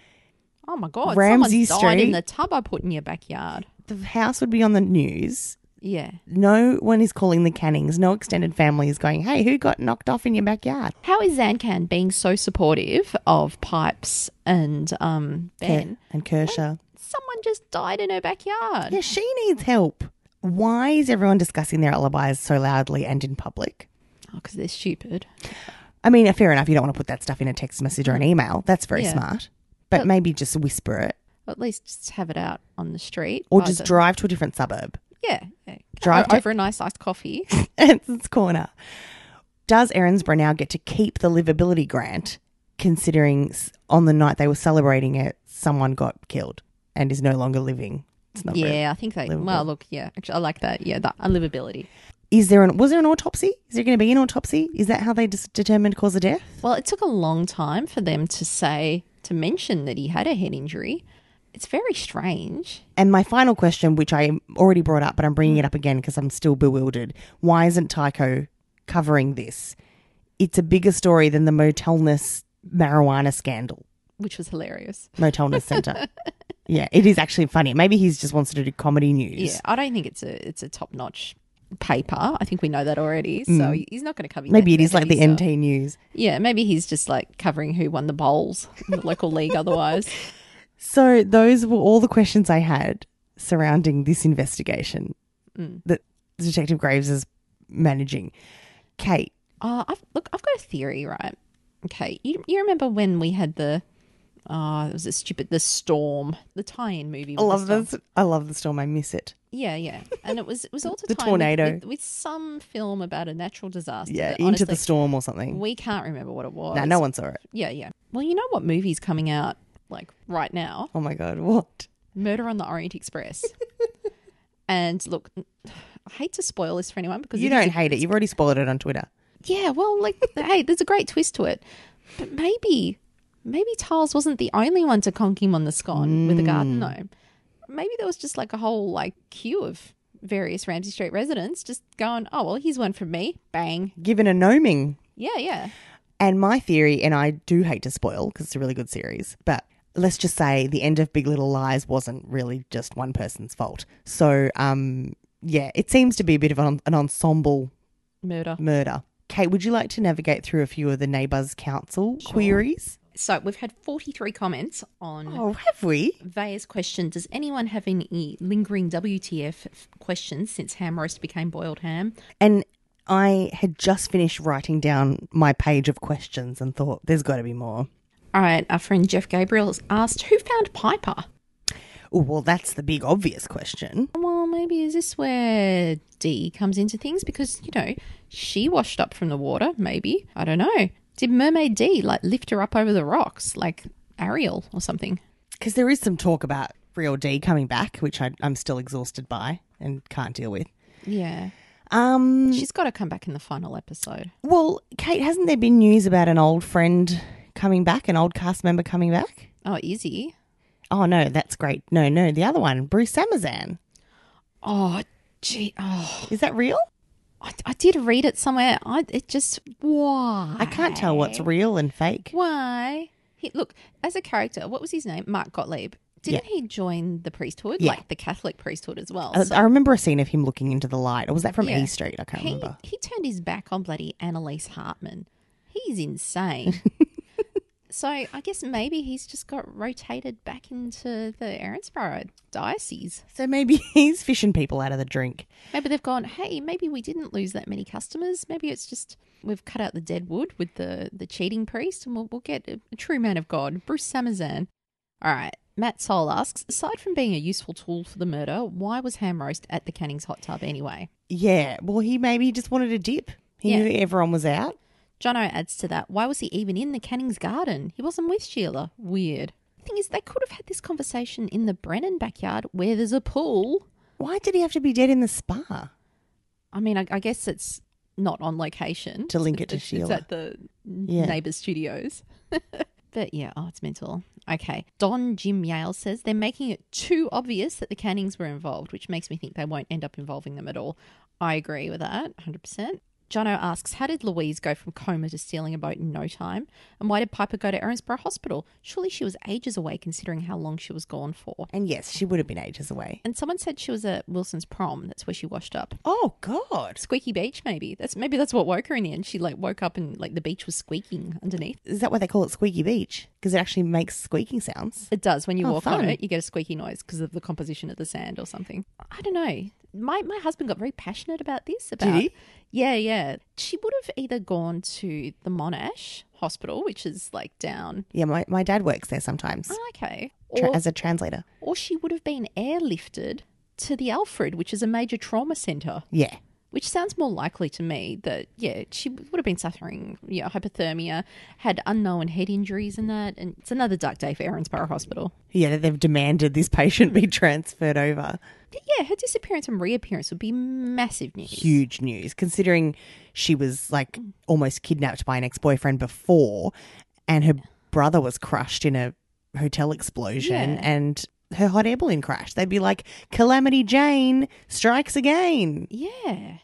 Oh my god,
Ramsey
someone's died
Street.
in the tub I put in your backyard.
the house would be on the news.
Yeah.
No one is calling the Cannings. No extended family is going, hey, who got knocked off in your backyard?
How is Zancan being so supportive of Pipes and um Ben?
And Kershaw.
Someone just died in her backyard.
Yeah, she needs help. Why is everyone discussing their alibis so loudly and in public?
Oh, because they're stupid.
I mean, fair enough. You don't want to put that stuff in a text message or an email. That's very
Yeah.
smart. But,
But-
maybe just whisper it
Or at least just have it out on the street.
or
by
just
Oh, the-
drive to a different suburb. <laughs>
Yeah. yeah.
drive
O-
to-
over a nice iced coffee.
it's its corner. Does Erinsborough now get to keep the livability grant, considering s- on the night they were celebrating it, someone got killed and is no longer living? It's <laughs> not yeah.
yeah, I think they. Well, look, yeah. Actually, I like that. Yeah, uh, that unlivability.
Is there an was there an autopsy? Is there going to be an autopsy? Is that how they dis- determined cause of death?
Well, it took a long time for them to say, to mention that he had a head injury. It's very strange.
And my final question, which I already brought up, but I'm bringing it up again because I'm still bewildered. Why isn't Tycho covering this? It's a bigger story than the motelness marijuana scandal.
which was hilarious.
Motelness Center. yeah, it is actually funny. Maybe he just wants to do comedy news.
Yeah, I don't think it's a it's a top notch paper. I think we know that already. So he's not going to cover.
Mm. Maybe it
Yankee
is like the
Yankee,
NT
so-
News.
Yeah, maybe he's just like covering who won the bowls, <laughs> in the local league. Otherwise,
So those were all the questions I had surrounding this investigation that Detective Graves is managing. Kate,
uh, I've, look, I've got a theory, right? Okay, you you remember when we had the. Oh, it was a stupid the storm, the tie-in
I
movie. with the
love
storm.
this. I love the storm. I miss it.
Yeah, yeah, and it was it was all to
<laughs> The
time with-
tornado.
with, with some film about a natural disaster.
Yeah,
that
into the
honestly,
storm or something.
We can't remember what it was.
No, no one saw it.
Yeah, yeah. Well, you know what movie's coming out like right now?
Oh my god, <laughs> what?
Murder on the Orient
<laughs>
Express. and look, <sighs> I hate to spoil this for anyone because
You
it is
don't
a-
hate it. You've already spoiled it on Twitter.
Yeah, well, like, <laughs> hey, there's a great twist to it, but maybe, maybe Tiles wasn't the only one to conk him on the scone with a garden gnome. Maybe there was just like a whole like queue of various Ramsey Street residents just going, oh well, here's one from me, bang.
Given a gnoming
Yeah, yeah.
And my theory, and I do hate to spoil because it's a really good series, but let's just say the end of Big Little Lies wasn't really just one person's fault. So, um, yeah, it seems to be a bit of an, an ensemble
Murder.
murder. Kate, would you like to navigate through a few of the Neighbours Council queries?
So we've had 43 comments on
Oh, have we?
Vaya's question Does anyone have any lingering WTF f- questions since ham roast became boiled ham?
And I had just finished writing down my page of questions and thought, there's got to be more.
All right, our friend Jeff Gabriel has asked Who found Piper?
Oh, well, that's the big obvious question.
Well, maybe is this where D comes into things? Because, you know, she washed up from the water, maybe. I don't know. Did Mermaid D, like, lift her up over the rocks, like Ariel or something?
Because there is some talk about Real D coming back, which I, I'm still exhausted by and can't deal with.
Yeah.
Um,
She's got to come back in the final episode.
well, Kate, hasn't there been news about an old friend coming back, an old cast member coming back?
Oh, Izzy.
Oh no, that's great. No, no, the other one, Bruce Samazan.
Oh, gee. Oh.
Is that real?
I, I did read it somewhere. I it just why
I can't tell what's real and fake.
why he look as a character. What was his name? Mark Gottlieb. Didn't he join the priesthood,
Yeah.
like the Catholic priesthood as well?
I-
So
I remember a scene of him looking into the light. Or was that from
Yeah.
E Street? I can't
he
remember.
he turned his back on bloody Annalise Hartman.
<laughs>
He's insane. so I guess maybe he's just got rotated back into the Erinsborough diocese.
So maybe <laughs> he's fishing people out of the drink.
Maybe they've gone, hey, maybe we didn't lose that many customers. Maybe it's just we've cut out the dead wood with the, the cheating priest and we'll, we'll get a, a true man of God, Bruce Samazan. All right. Matt Soul asks, aside from being a useful tool for the murder, why was ham roast at the Canning's hot tub anyway?
Yeah. Well, he maybe just wanted a dip. He
Yeah.
knew everyone was out.
Jono adds to that, why was he even in the Canning's garden? He wasn't with Sheila. Weird. Thing is, they could have had this conversation in the Brennan backyard where there's a pool.
Why did he have to be dead in the spa?
I mean, I, I guess it's not on location
To link it to
It's- It's
Sheila.
at the
Yeah.
neighbours' studios. but yeah, oh, it's mental. Okay, Don Jim Yale says they're making it too obvious that the Cannings were involved, which makes me think they won't end up involving them at all. I agree with that, hundred percent. Jono asks, "How did Louise go from coma to stealing a boat in no time? And why did Piper go to Erinsborough Hospital? Surely she was ages away, considering how long she was gone for."
And yes, she would have been ages away.
And someone said she was at Wilson's prom. That's where she washed up.
Oh God.
Squeaky beach, maybe. That's maybe that's what woke her in the end. She like woke up and like the beach was squeaking underneath.
Is that why they call it Squeaky Beach? Because it actually makes squeaking sounds.
It does when you
Oh,
walk on
fun.
it, you get a squeaky noise because of the composition of the sand or something. I don't know. My my husband got very passionate about this. About
he?
yeah, yeah. She would have either gone to the Monash Hospital, which is like down.
Yeah, my, my dad works there sometimes
Oh, okay,
tra-
or
as a translator.
or she would have been airlifted to the Alfred, which is a major trauma center.
Yeah.
Which sounds more likely to me that, yeah, she would have been suffering, you know, hypothermia, had unknown head injuries and that. And it's another dark day for Erinsborough Hospital.
Yeah, that they've demanded this patient be <laughs> transferred over.
But yeah, her disappearance and reappearance would be massive news.
Huge news, considering she was like almost kidnapped by an ex boyfriend before, and her brother was crushed in a hotel explosion,
Yeah.
and her hot air balloon crashed. They'd be like, Calamity Jane strikes again.
Yeah.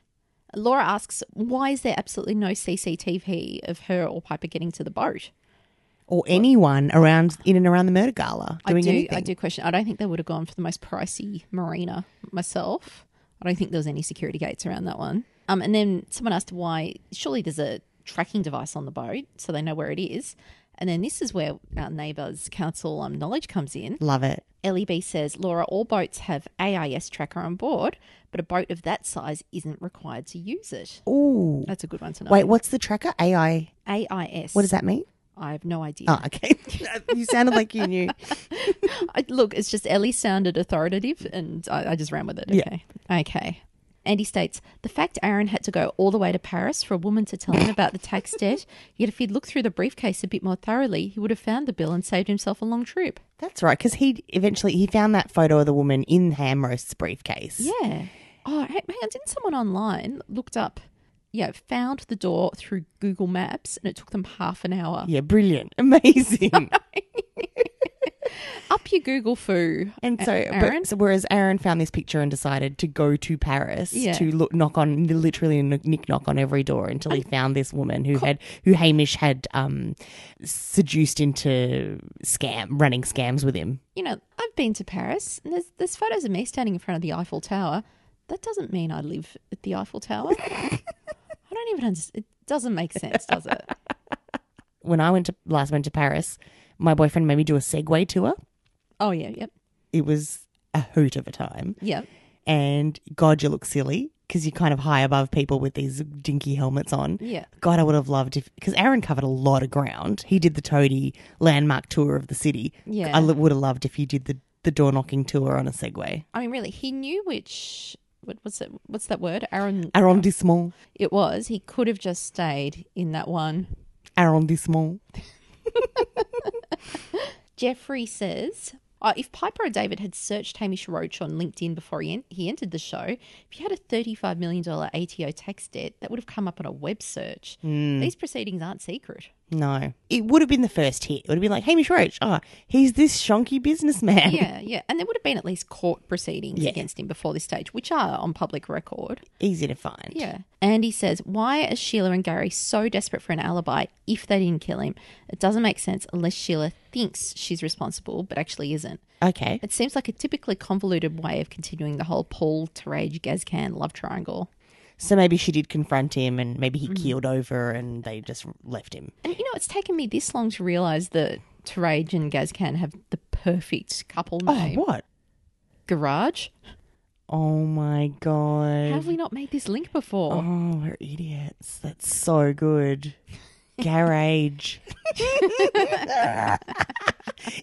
Laura asks, why is there absolutely no CCTV of her or Piper getting to the boat?
Or anyone around in and around the murder gala doing
I do,
anything.
I do question. I don't think they would have gone for the most pricey marina myself. I don't think there was any security gates around that one. Um, and then someone asked why. Surely there's a tracking device on the boat, so they know where it is. And then this is where our neighbours' council um, knowledge comes in.
Love it.
Ellie E B says, Laura, all boats have AIS tracker on board, but a boat of that size isn't required to use it.
Ooh.
That's a good one to know.
Oh. Wait, what's the tracker? AI.
AIS.
What does that mean?
I have no idea.
Oh, okay. <laughs> you sounded like you
<laughs>
knew.
I, look, it's just Ellie sounded authoritative and I, I just ran with it.
Yeah.
Okay. Okay. Andy states the fact Aaron had to go all the way to Paris for a woman to tell him about the tax debt, <laughs> yet if he'd looked through the briefcase a bit more thoroughly, he would have found the bill and saved himself a long trip.
That's right, because he eventually he found that photo of the woman in Ham Roast's briefcase.
Yeah. Oh, hey, hang on. Didn't someone online looked up? Yeah, found the door through Google Maps and it took them half an hour.
Yeah, brilliant, <laughs> amazing.
<laughs> Up your Google foo.
and so,
A- Aaron?
but, so whereas Aaron found this picture and decided to go to Paris
Yeah.
to look, knock on literally knick knock on every door until he found this woman who had who Hamish had um seduced into scam running scams with him.
you know, I've been to Paris and there's, there's photos of me standing in front of the Eiffel Tower. That doesn't mean I live at the
<laughs>
Eiffel Tower. I don't even understand. It doesn't make sense,
<laughs>
does it?
When I went to last went to Paris, my boyfriend made me do a Segway tour.
Oh, yeah, yep,
It was a hoot of a time.
yep.
and God, you look silly because you're kind of high above people with these dinky helmets on.
Yeah.
God, I would have loved if because Aaron covered a lot of ground. He did the toady landmark tour of the city.
Yeah.
I l- would have loved if you did the the door knocking tour on a Segway.
I mean, really, he knew which, what, what's, it, what's that word? Aaron,
Arrondissement,
it was. He could have just stayed in that one.
arrondissement.
Jeffrey says, uh, if Piper or David had searched Hamish Roach on LinkedIn before he, en- he entered the show, if you had a $35 million ATO tax debt, that would have come up on a web search. These proceedings aren't secret.
No. It would have been the first hit. It would have been like Hamish Roach. Oh, he's this shonky businessman.
Yeah, yeah. And there would have been at least court proceedings
Yeah.
against him before this stage, which are on public record.
<laughs> Easy to find.
Yeah. Andy says, Why are Sheila and Gary so desperate for an alibi if they didn't kill him? It doesn't make sense unless Sheila thinks she's responsible, but actually isn't.
Okay.
It seems like a typically convoluted way of continuing the whole Paul, Terage, Gazcan love triangle.
So maybe she did confront him and maybe
Mm-hmm.
he keeled over and they just left him.
And you know, it's taken me this long to realize that Terage and Gazcan have the perfect couple name.
Oh, what?
Garage?
Oh my
How
god.
have we not made this link before?
Oh, we're idiots. That's so
<laughs>
good. Garage.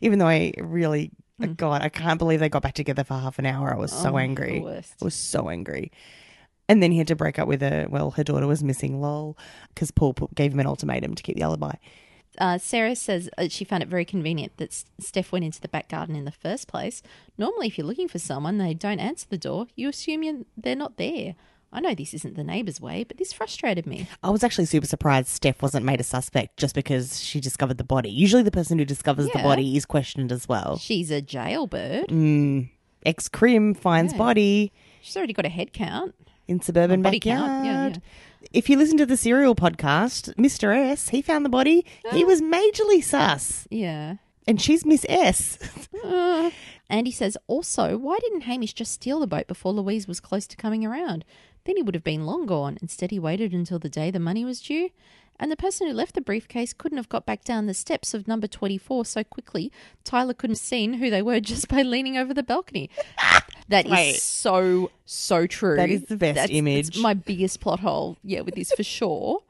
Even though I really,
Mm.
God, I can't believe they got back together for half an hour. I was
Oh
so angry.
The worst.
I was so angry. And then he had to break up with her. Well, her daughter was missing, lol, because Paul put, gave him an ultimatum to keep the alibi.
Uh, Sarah says uh, she found it very convenient that S- Steph went into the back garden in the first place. Normally, if you're looking for someone, they don't answer the door. You assume you they're not there. I know this isn't the neighbour's way, but this frustrated me.
I was actually super surprised Steph wasn't made a suspect just because she discovered the body. Usually, the person who discovers the
Yeah.
body is questioned as well.
She's a jailbird.
Mm. Ex crim finds
Yeah.
body
She's already got a head count.
in suburban
A body
backyard.
count, yeah,
If you listen to the serial podcast, Mr. S, he found the body.
Ah.
He was majorly sus,
Yeah.
and she's Miss S.
<laughs>
Ah.
Uh, Andy says also, why didn't Hamish just steal the boat before Louise was close to coming around? Then he would have been long gone. Instead, he waited until the day the money was due. And the person who left the briefcase couldn't have got back down the steps of number 24 so quickly, Tyler couldn't have seen who they were <laughs> just by leaning over
<laughs>
the balcony. That is
Wait.
so, so true.
That is the best
That's-
image.
It's my biggest plot hole, yeah, with this for sure.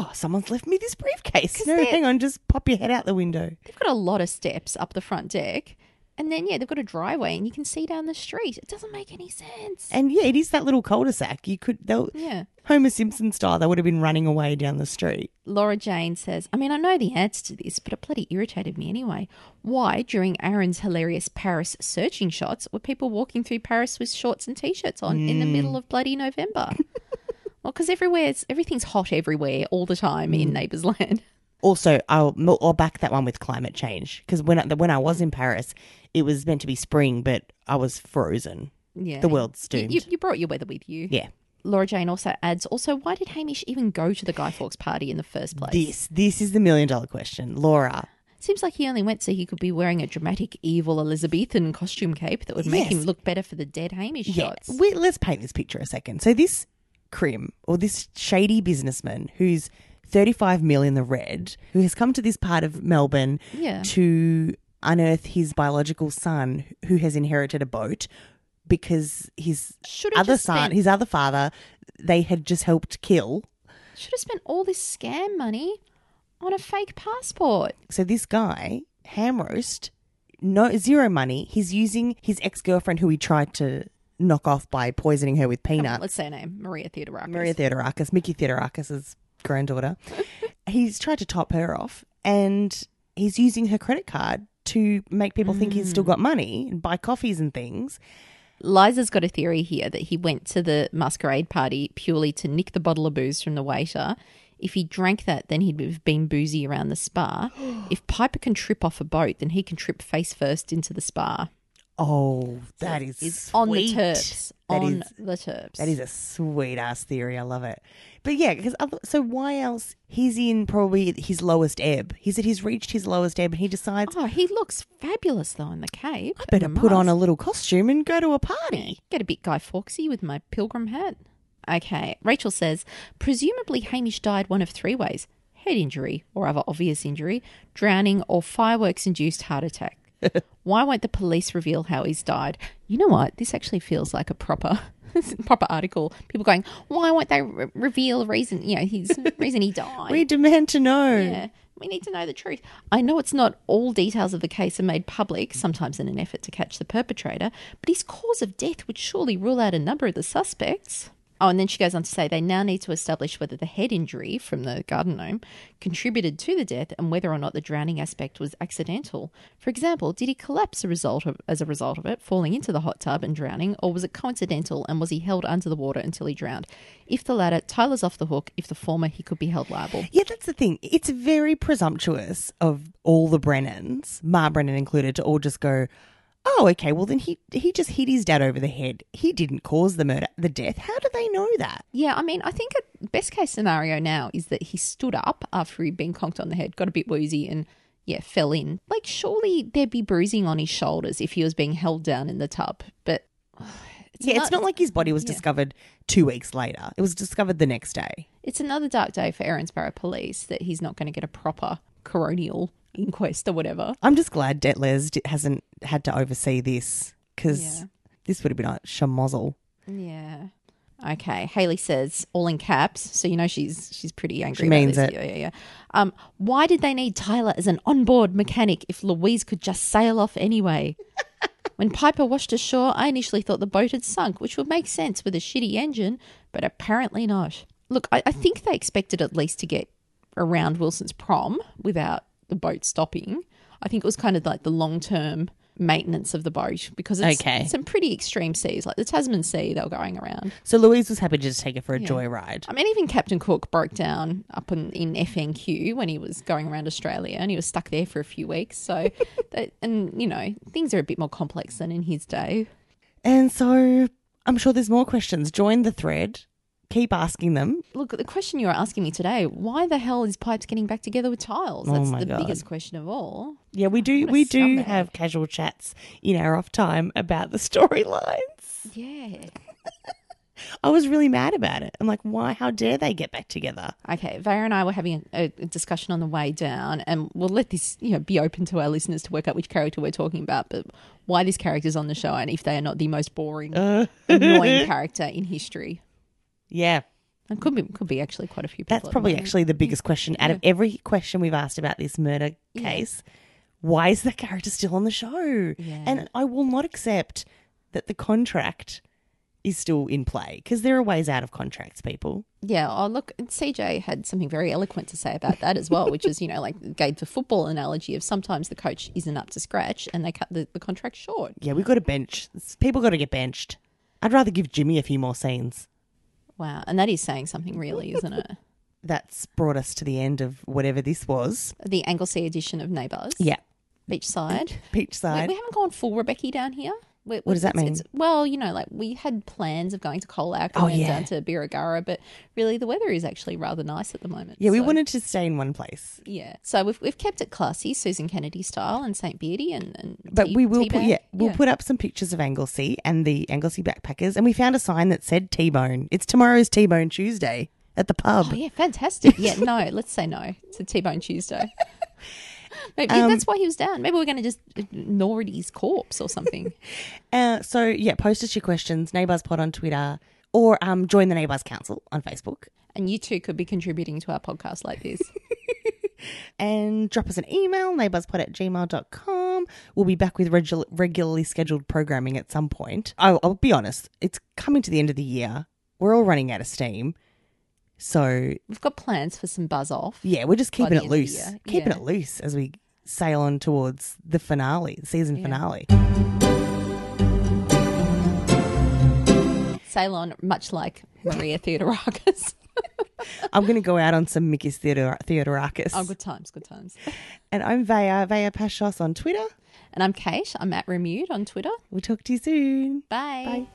oh, someone's left me this briefcase. No, <laughs> hang on, just pop your head out the window.
They've got a lot of steps up the front deck. And then, yeah, they've got a driveway and you can see down the street. It doesn't make any sense.
And yeah, it is that little cul-de-sac. You could, they'll,
Yeah.
Homer Simpson style, they would have been running away down the street.
Laura Jane says, I mean, I know the answer to this, but it bloody irritated me anyway. Why, during Aaron's hilarious Paris searching shots, were people walking through Paris with shorts and t shirts on in the middle of bloody November? well, because everywhere's, everything's hot everywhere all the time in Neighbours Land.
Also, I'll, I'll back that one with climate change because when I, when I was in Paris, it was meant to be spring, but I was frozen.
Yeah.
The world's
You-
doomed.
You, you brought your weather with you.
yeah,
Laura Jane also adds, also, why did Hamish even go to the Guy Fawkes party in the first place?
this this is the million dollar question, Laura.
Seems like he only went so he could be wearing a dramatic, evil Elizabethan costume cape that would make
Yes.
him look better for the dead Hamish shots.
Yeah. We, let's paint this picture a second. So this crim or this shady businessman who's 35 mil in the red, who has come to this part of Melbourne
Yeah.
to unearth his biological son who has inherited a boat because his
Should have
other
just
son,
spent-
his other father, they had just helped kill.
Should have spent all this scam money on a fake passport.
So this guy, ham roast, no zero money. He's using his ex girlfriend who he tried to knock off by poisoning her with
Come on,
peanuts.
let's say her name, Maria Theodorakis.
Maria Theodorakis, Mickey Theodorakis'
<laughs>
granddaughter. he's tried to top her off and he's using her credit card to make people think he's
Mm.
still got money and buy coffees and things.
Liza's got a theory here that he went to the masquerade party purely to nick the bottle of booze from the waiter. If he drank that, then he'd have been boozy around
<gasps>
the spa. if Piper can trip off a boat, then he can trip face first into the spa.
Oh, that is
He's on the
sweet.
terps.
That
on
is-
the terps.
That is a sweet ass theory. I love it. But yeah, because so why else? He's in probably his lowest ebb. He's at he's reached his lowest ebb, and he decides
Oh, he looks fabulous though in the cape.
I better put on a little costume and go to a party.
get a bit Guy Fawkesy with my pilgrim hat. Okay, Rachel says presumably Hamish died one of three ways: head injury or other obvious injury, drowning, or fireworks-induced heart
<laughs>
attack. Why won't the police reveal how he's died? You know what? This actually feels like a proper. <laughs> proper article people going why won't they re- reveal the reason you
<laughs>
know his reason he died
We demand to know.
yeah, we need to know the truth. I know it's not all details of the case are made public, sometimes in an effort to catch the perpetrator, but his cause of death would surely rule out a number of the suspects. Oh, and then she goes on to say they now need to establish whether the head injury from the garden gnome contributed to the death and whether or not the drowning aspect was accidental. For example, did he collapse a result of, as a result of it, falling into the hot tub and drowning, or was it coincidental and was he held under the water until he drowned? If the latter, Tyler's off the hook. If the former, he could be held liable.
Yeah, that's the thing. It's very presumptuous of all the Brennans, Ma Brennan included, to all just go, "Oh, okay. Well, then he he just hit his dad over the head. He didn't cause the murder, the death. How do they know that?
Yeah, I mean, I think a best case scenario now is that he stood up after he'd been conked on the head, got a bit woozy, and yeah, fell in. Like, surely there'd be bruising on his shoulders if he was being held down in the tub. But
yeah, it's not like his body was discovered two weeks later. It was discovered the next day.
it's another dark day for Erinsborough police that he's not going to get a proper coronial inquest or whatever.
I'm just glad Detles d- hasn't had to oversee this because
Yeah.
this would have been a shamozzle.
Yeah. Okay. Haley says all in caps, so you know she's she's pretty angry.
She
about
means
this.
it.
Yeah, yeah, yeah. Um, why did they need Tyler as an onboard mechanic if Louise could just sail off anyway? when Piper washed ashore, I initially thought the boat had sunk, which would make sense with a shitty engine, but apparently not. Look, I, I think they expected at least to get around Wilson's prom without the boat stopping. I think it was kind of like the long term maintenance of the boat because it's
Okay.
some pretty extreme seas, like the Tasman Sea, they were going around.
So Louise was happy to just take it for a joyride.
I mean, even Captain Cook broke down up in, in FNQ when he was going around Australia and he was stuck there for a few weeks. So, that, and you know, things are a bit more complex than in his day.
And so I'm sure there's more questions. Join the thread. Keep asking them.
Look, the question you were asking me today why the hell is Pipes getting back together with Tiles?
Oh
That's
my
the
God.
biggest question of all.
Yeah, we do.
What a
We do
scumbag.
have casual chats in our off time about the <laughs> storylines.
Yeah.
I was really mad about it. I'm like, why? How dare they get back together?
Okay, Vera and I were having a, a discussion on the way down, and we'll let this you know be open to our listeners to work out which character we're talking about, but why this character's on the show, and if they are not the
<laughs>
most boring, annoying character in history.
Yeah,
And could be could be actually quite a few people.
that's probably actually the biggest question out of every question we've asked about this murder case. Why is that character still on the show? And I will not accept that the contract is still in play because there are ways out of contracts, people.
Yeah. Oh, look, and CJ had something very eloquent to say about that as well, which is, you know, like gave the football analogy of sometimes the coach isn't up to scratch and they cut the, the contract short.
Yeah, we've got to bench. People got to get benched. I'd rather give Jimmy a few more scenes.
Wow. And that is saying something, really, isn't it?
That's brought us to the end of whatever this was.
<laughs> The Anglesey edition of Neighbours.
Yeah.
Beachside.
Peach
We,
side.
we haven't gone full Rebecca down here. We-
What does that
it's- it's- well, you know, like we had plans of going to Colac and
Oh,
then
yeah.
down to Birregurra, but really the weather is actually rather nice at the moment.
yeah, we
so-
wanted to stay in one place.
Yeah, so we've we've kept it classy, Susan Kennedy style, and Saint Beauty, and, and
But
tea-
we will
tea
put
bag.
yeah, we'll put up some pictures of Anglesey and the Anglesey backpackers and we found a sign that said T Bone. It's tomorrow's T Bone Tuesday at the pub.
Oh yeah, fantastic. <laughs> Yeah, no, let's say no. It's a T-bone <laughs> Tuesday. Maybe that's why he was down. Maybe we're going to just gnaw at his corpse or <laughs> something.
Uh, so yeah, post us your questions, Neighbours Pod on Twitter or um, join the Neighbours Council on Facebook
and you too could be contributing to our podcast like this.
and drop us an email, neighbourspod at gmail.com. We'll be back with regu- regularly scheduled programming at some point. I- I'll be honest, it's coming to the end of the year. We're all running out of steam. So
We've got plans for some buzz off.
Yeah, we're just
by
keeping it
the end of the
loose.
year.
Keeping
Yeah.
it loose as we sail on towards the finale, the season finale.
Ceylon, much like <laughs> Maria Theodorakis.
I'm going to go out on some Mickey's Theodor- Theodorakis.
oh, good times, good times.
and I'm Vaya, Vaya Pashos on Twitter.
And I'm Kate. I'm at Remude on Twitter.
We'll talk to you soon.
Bye.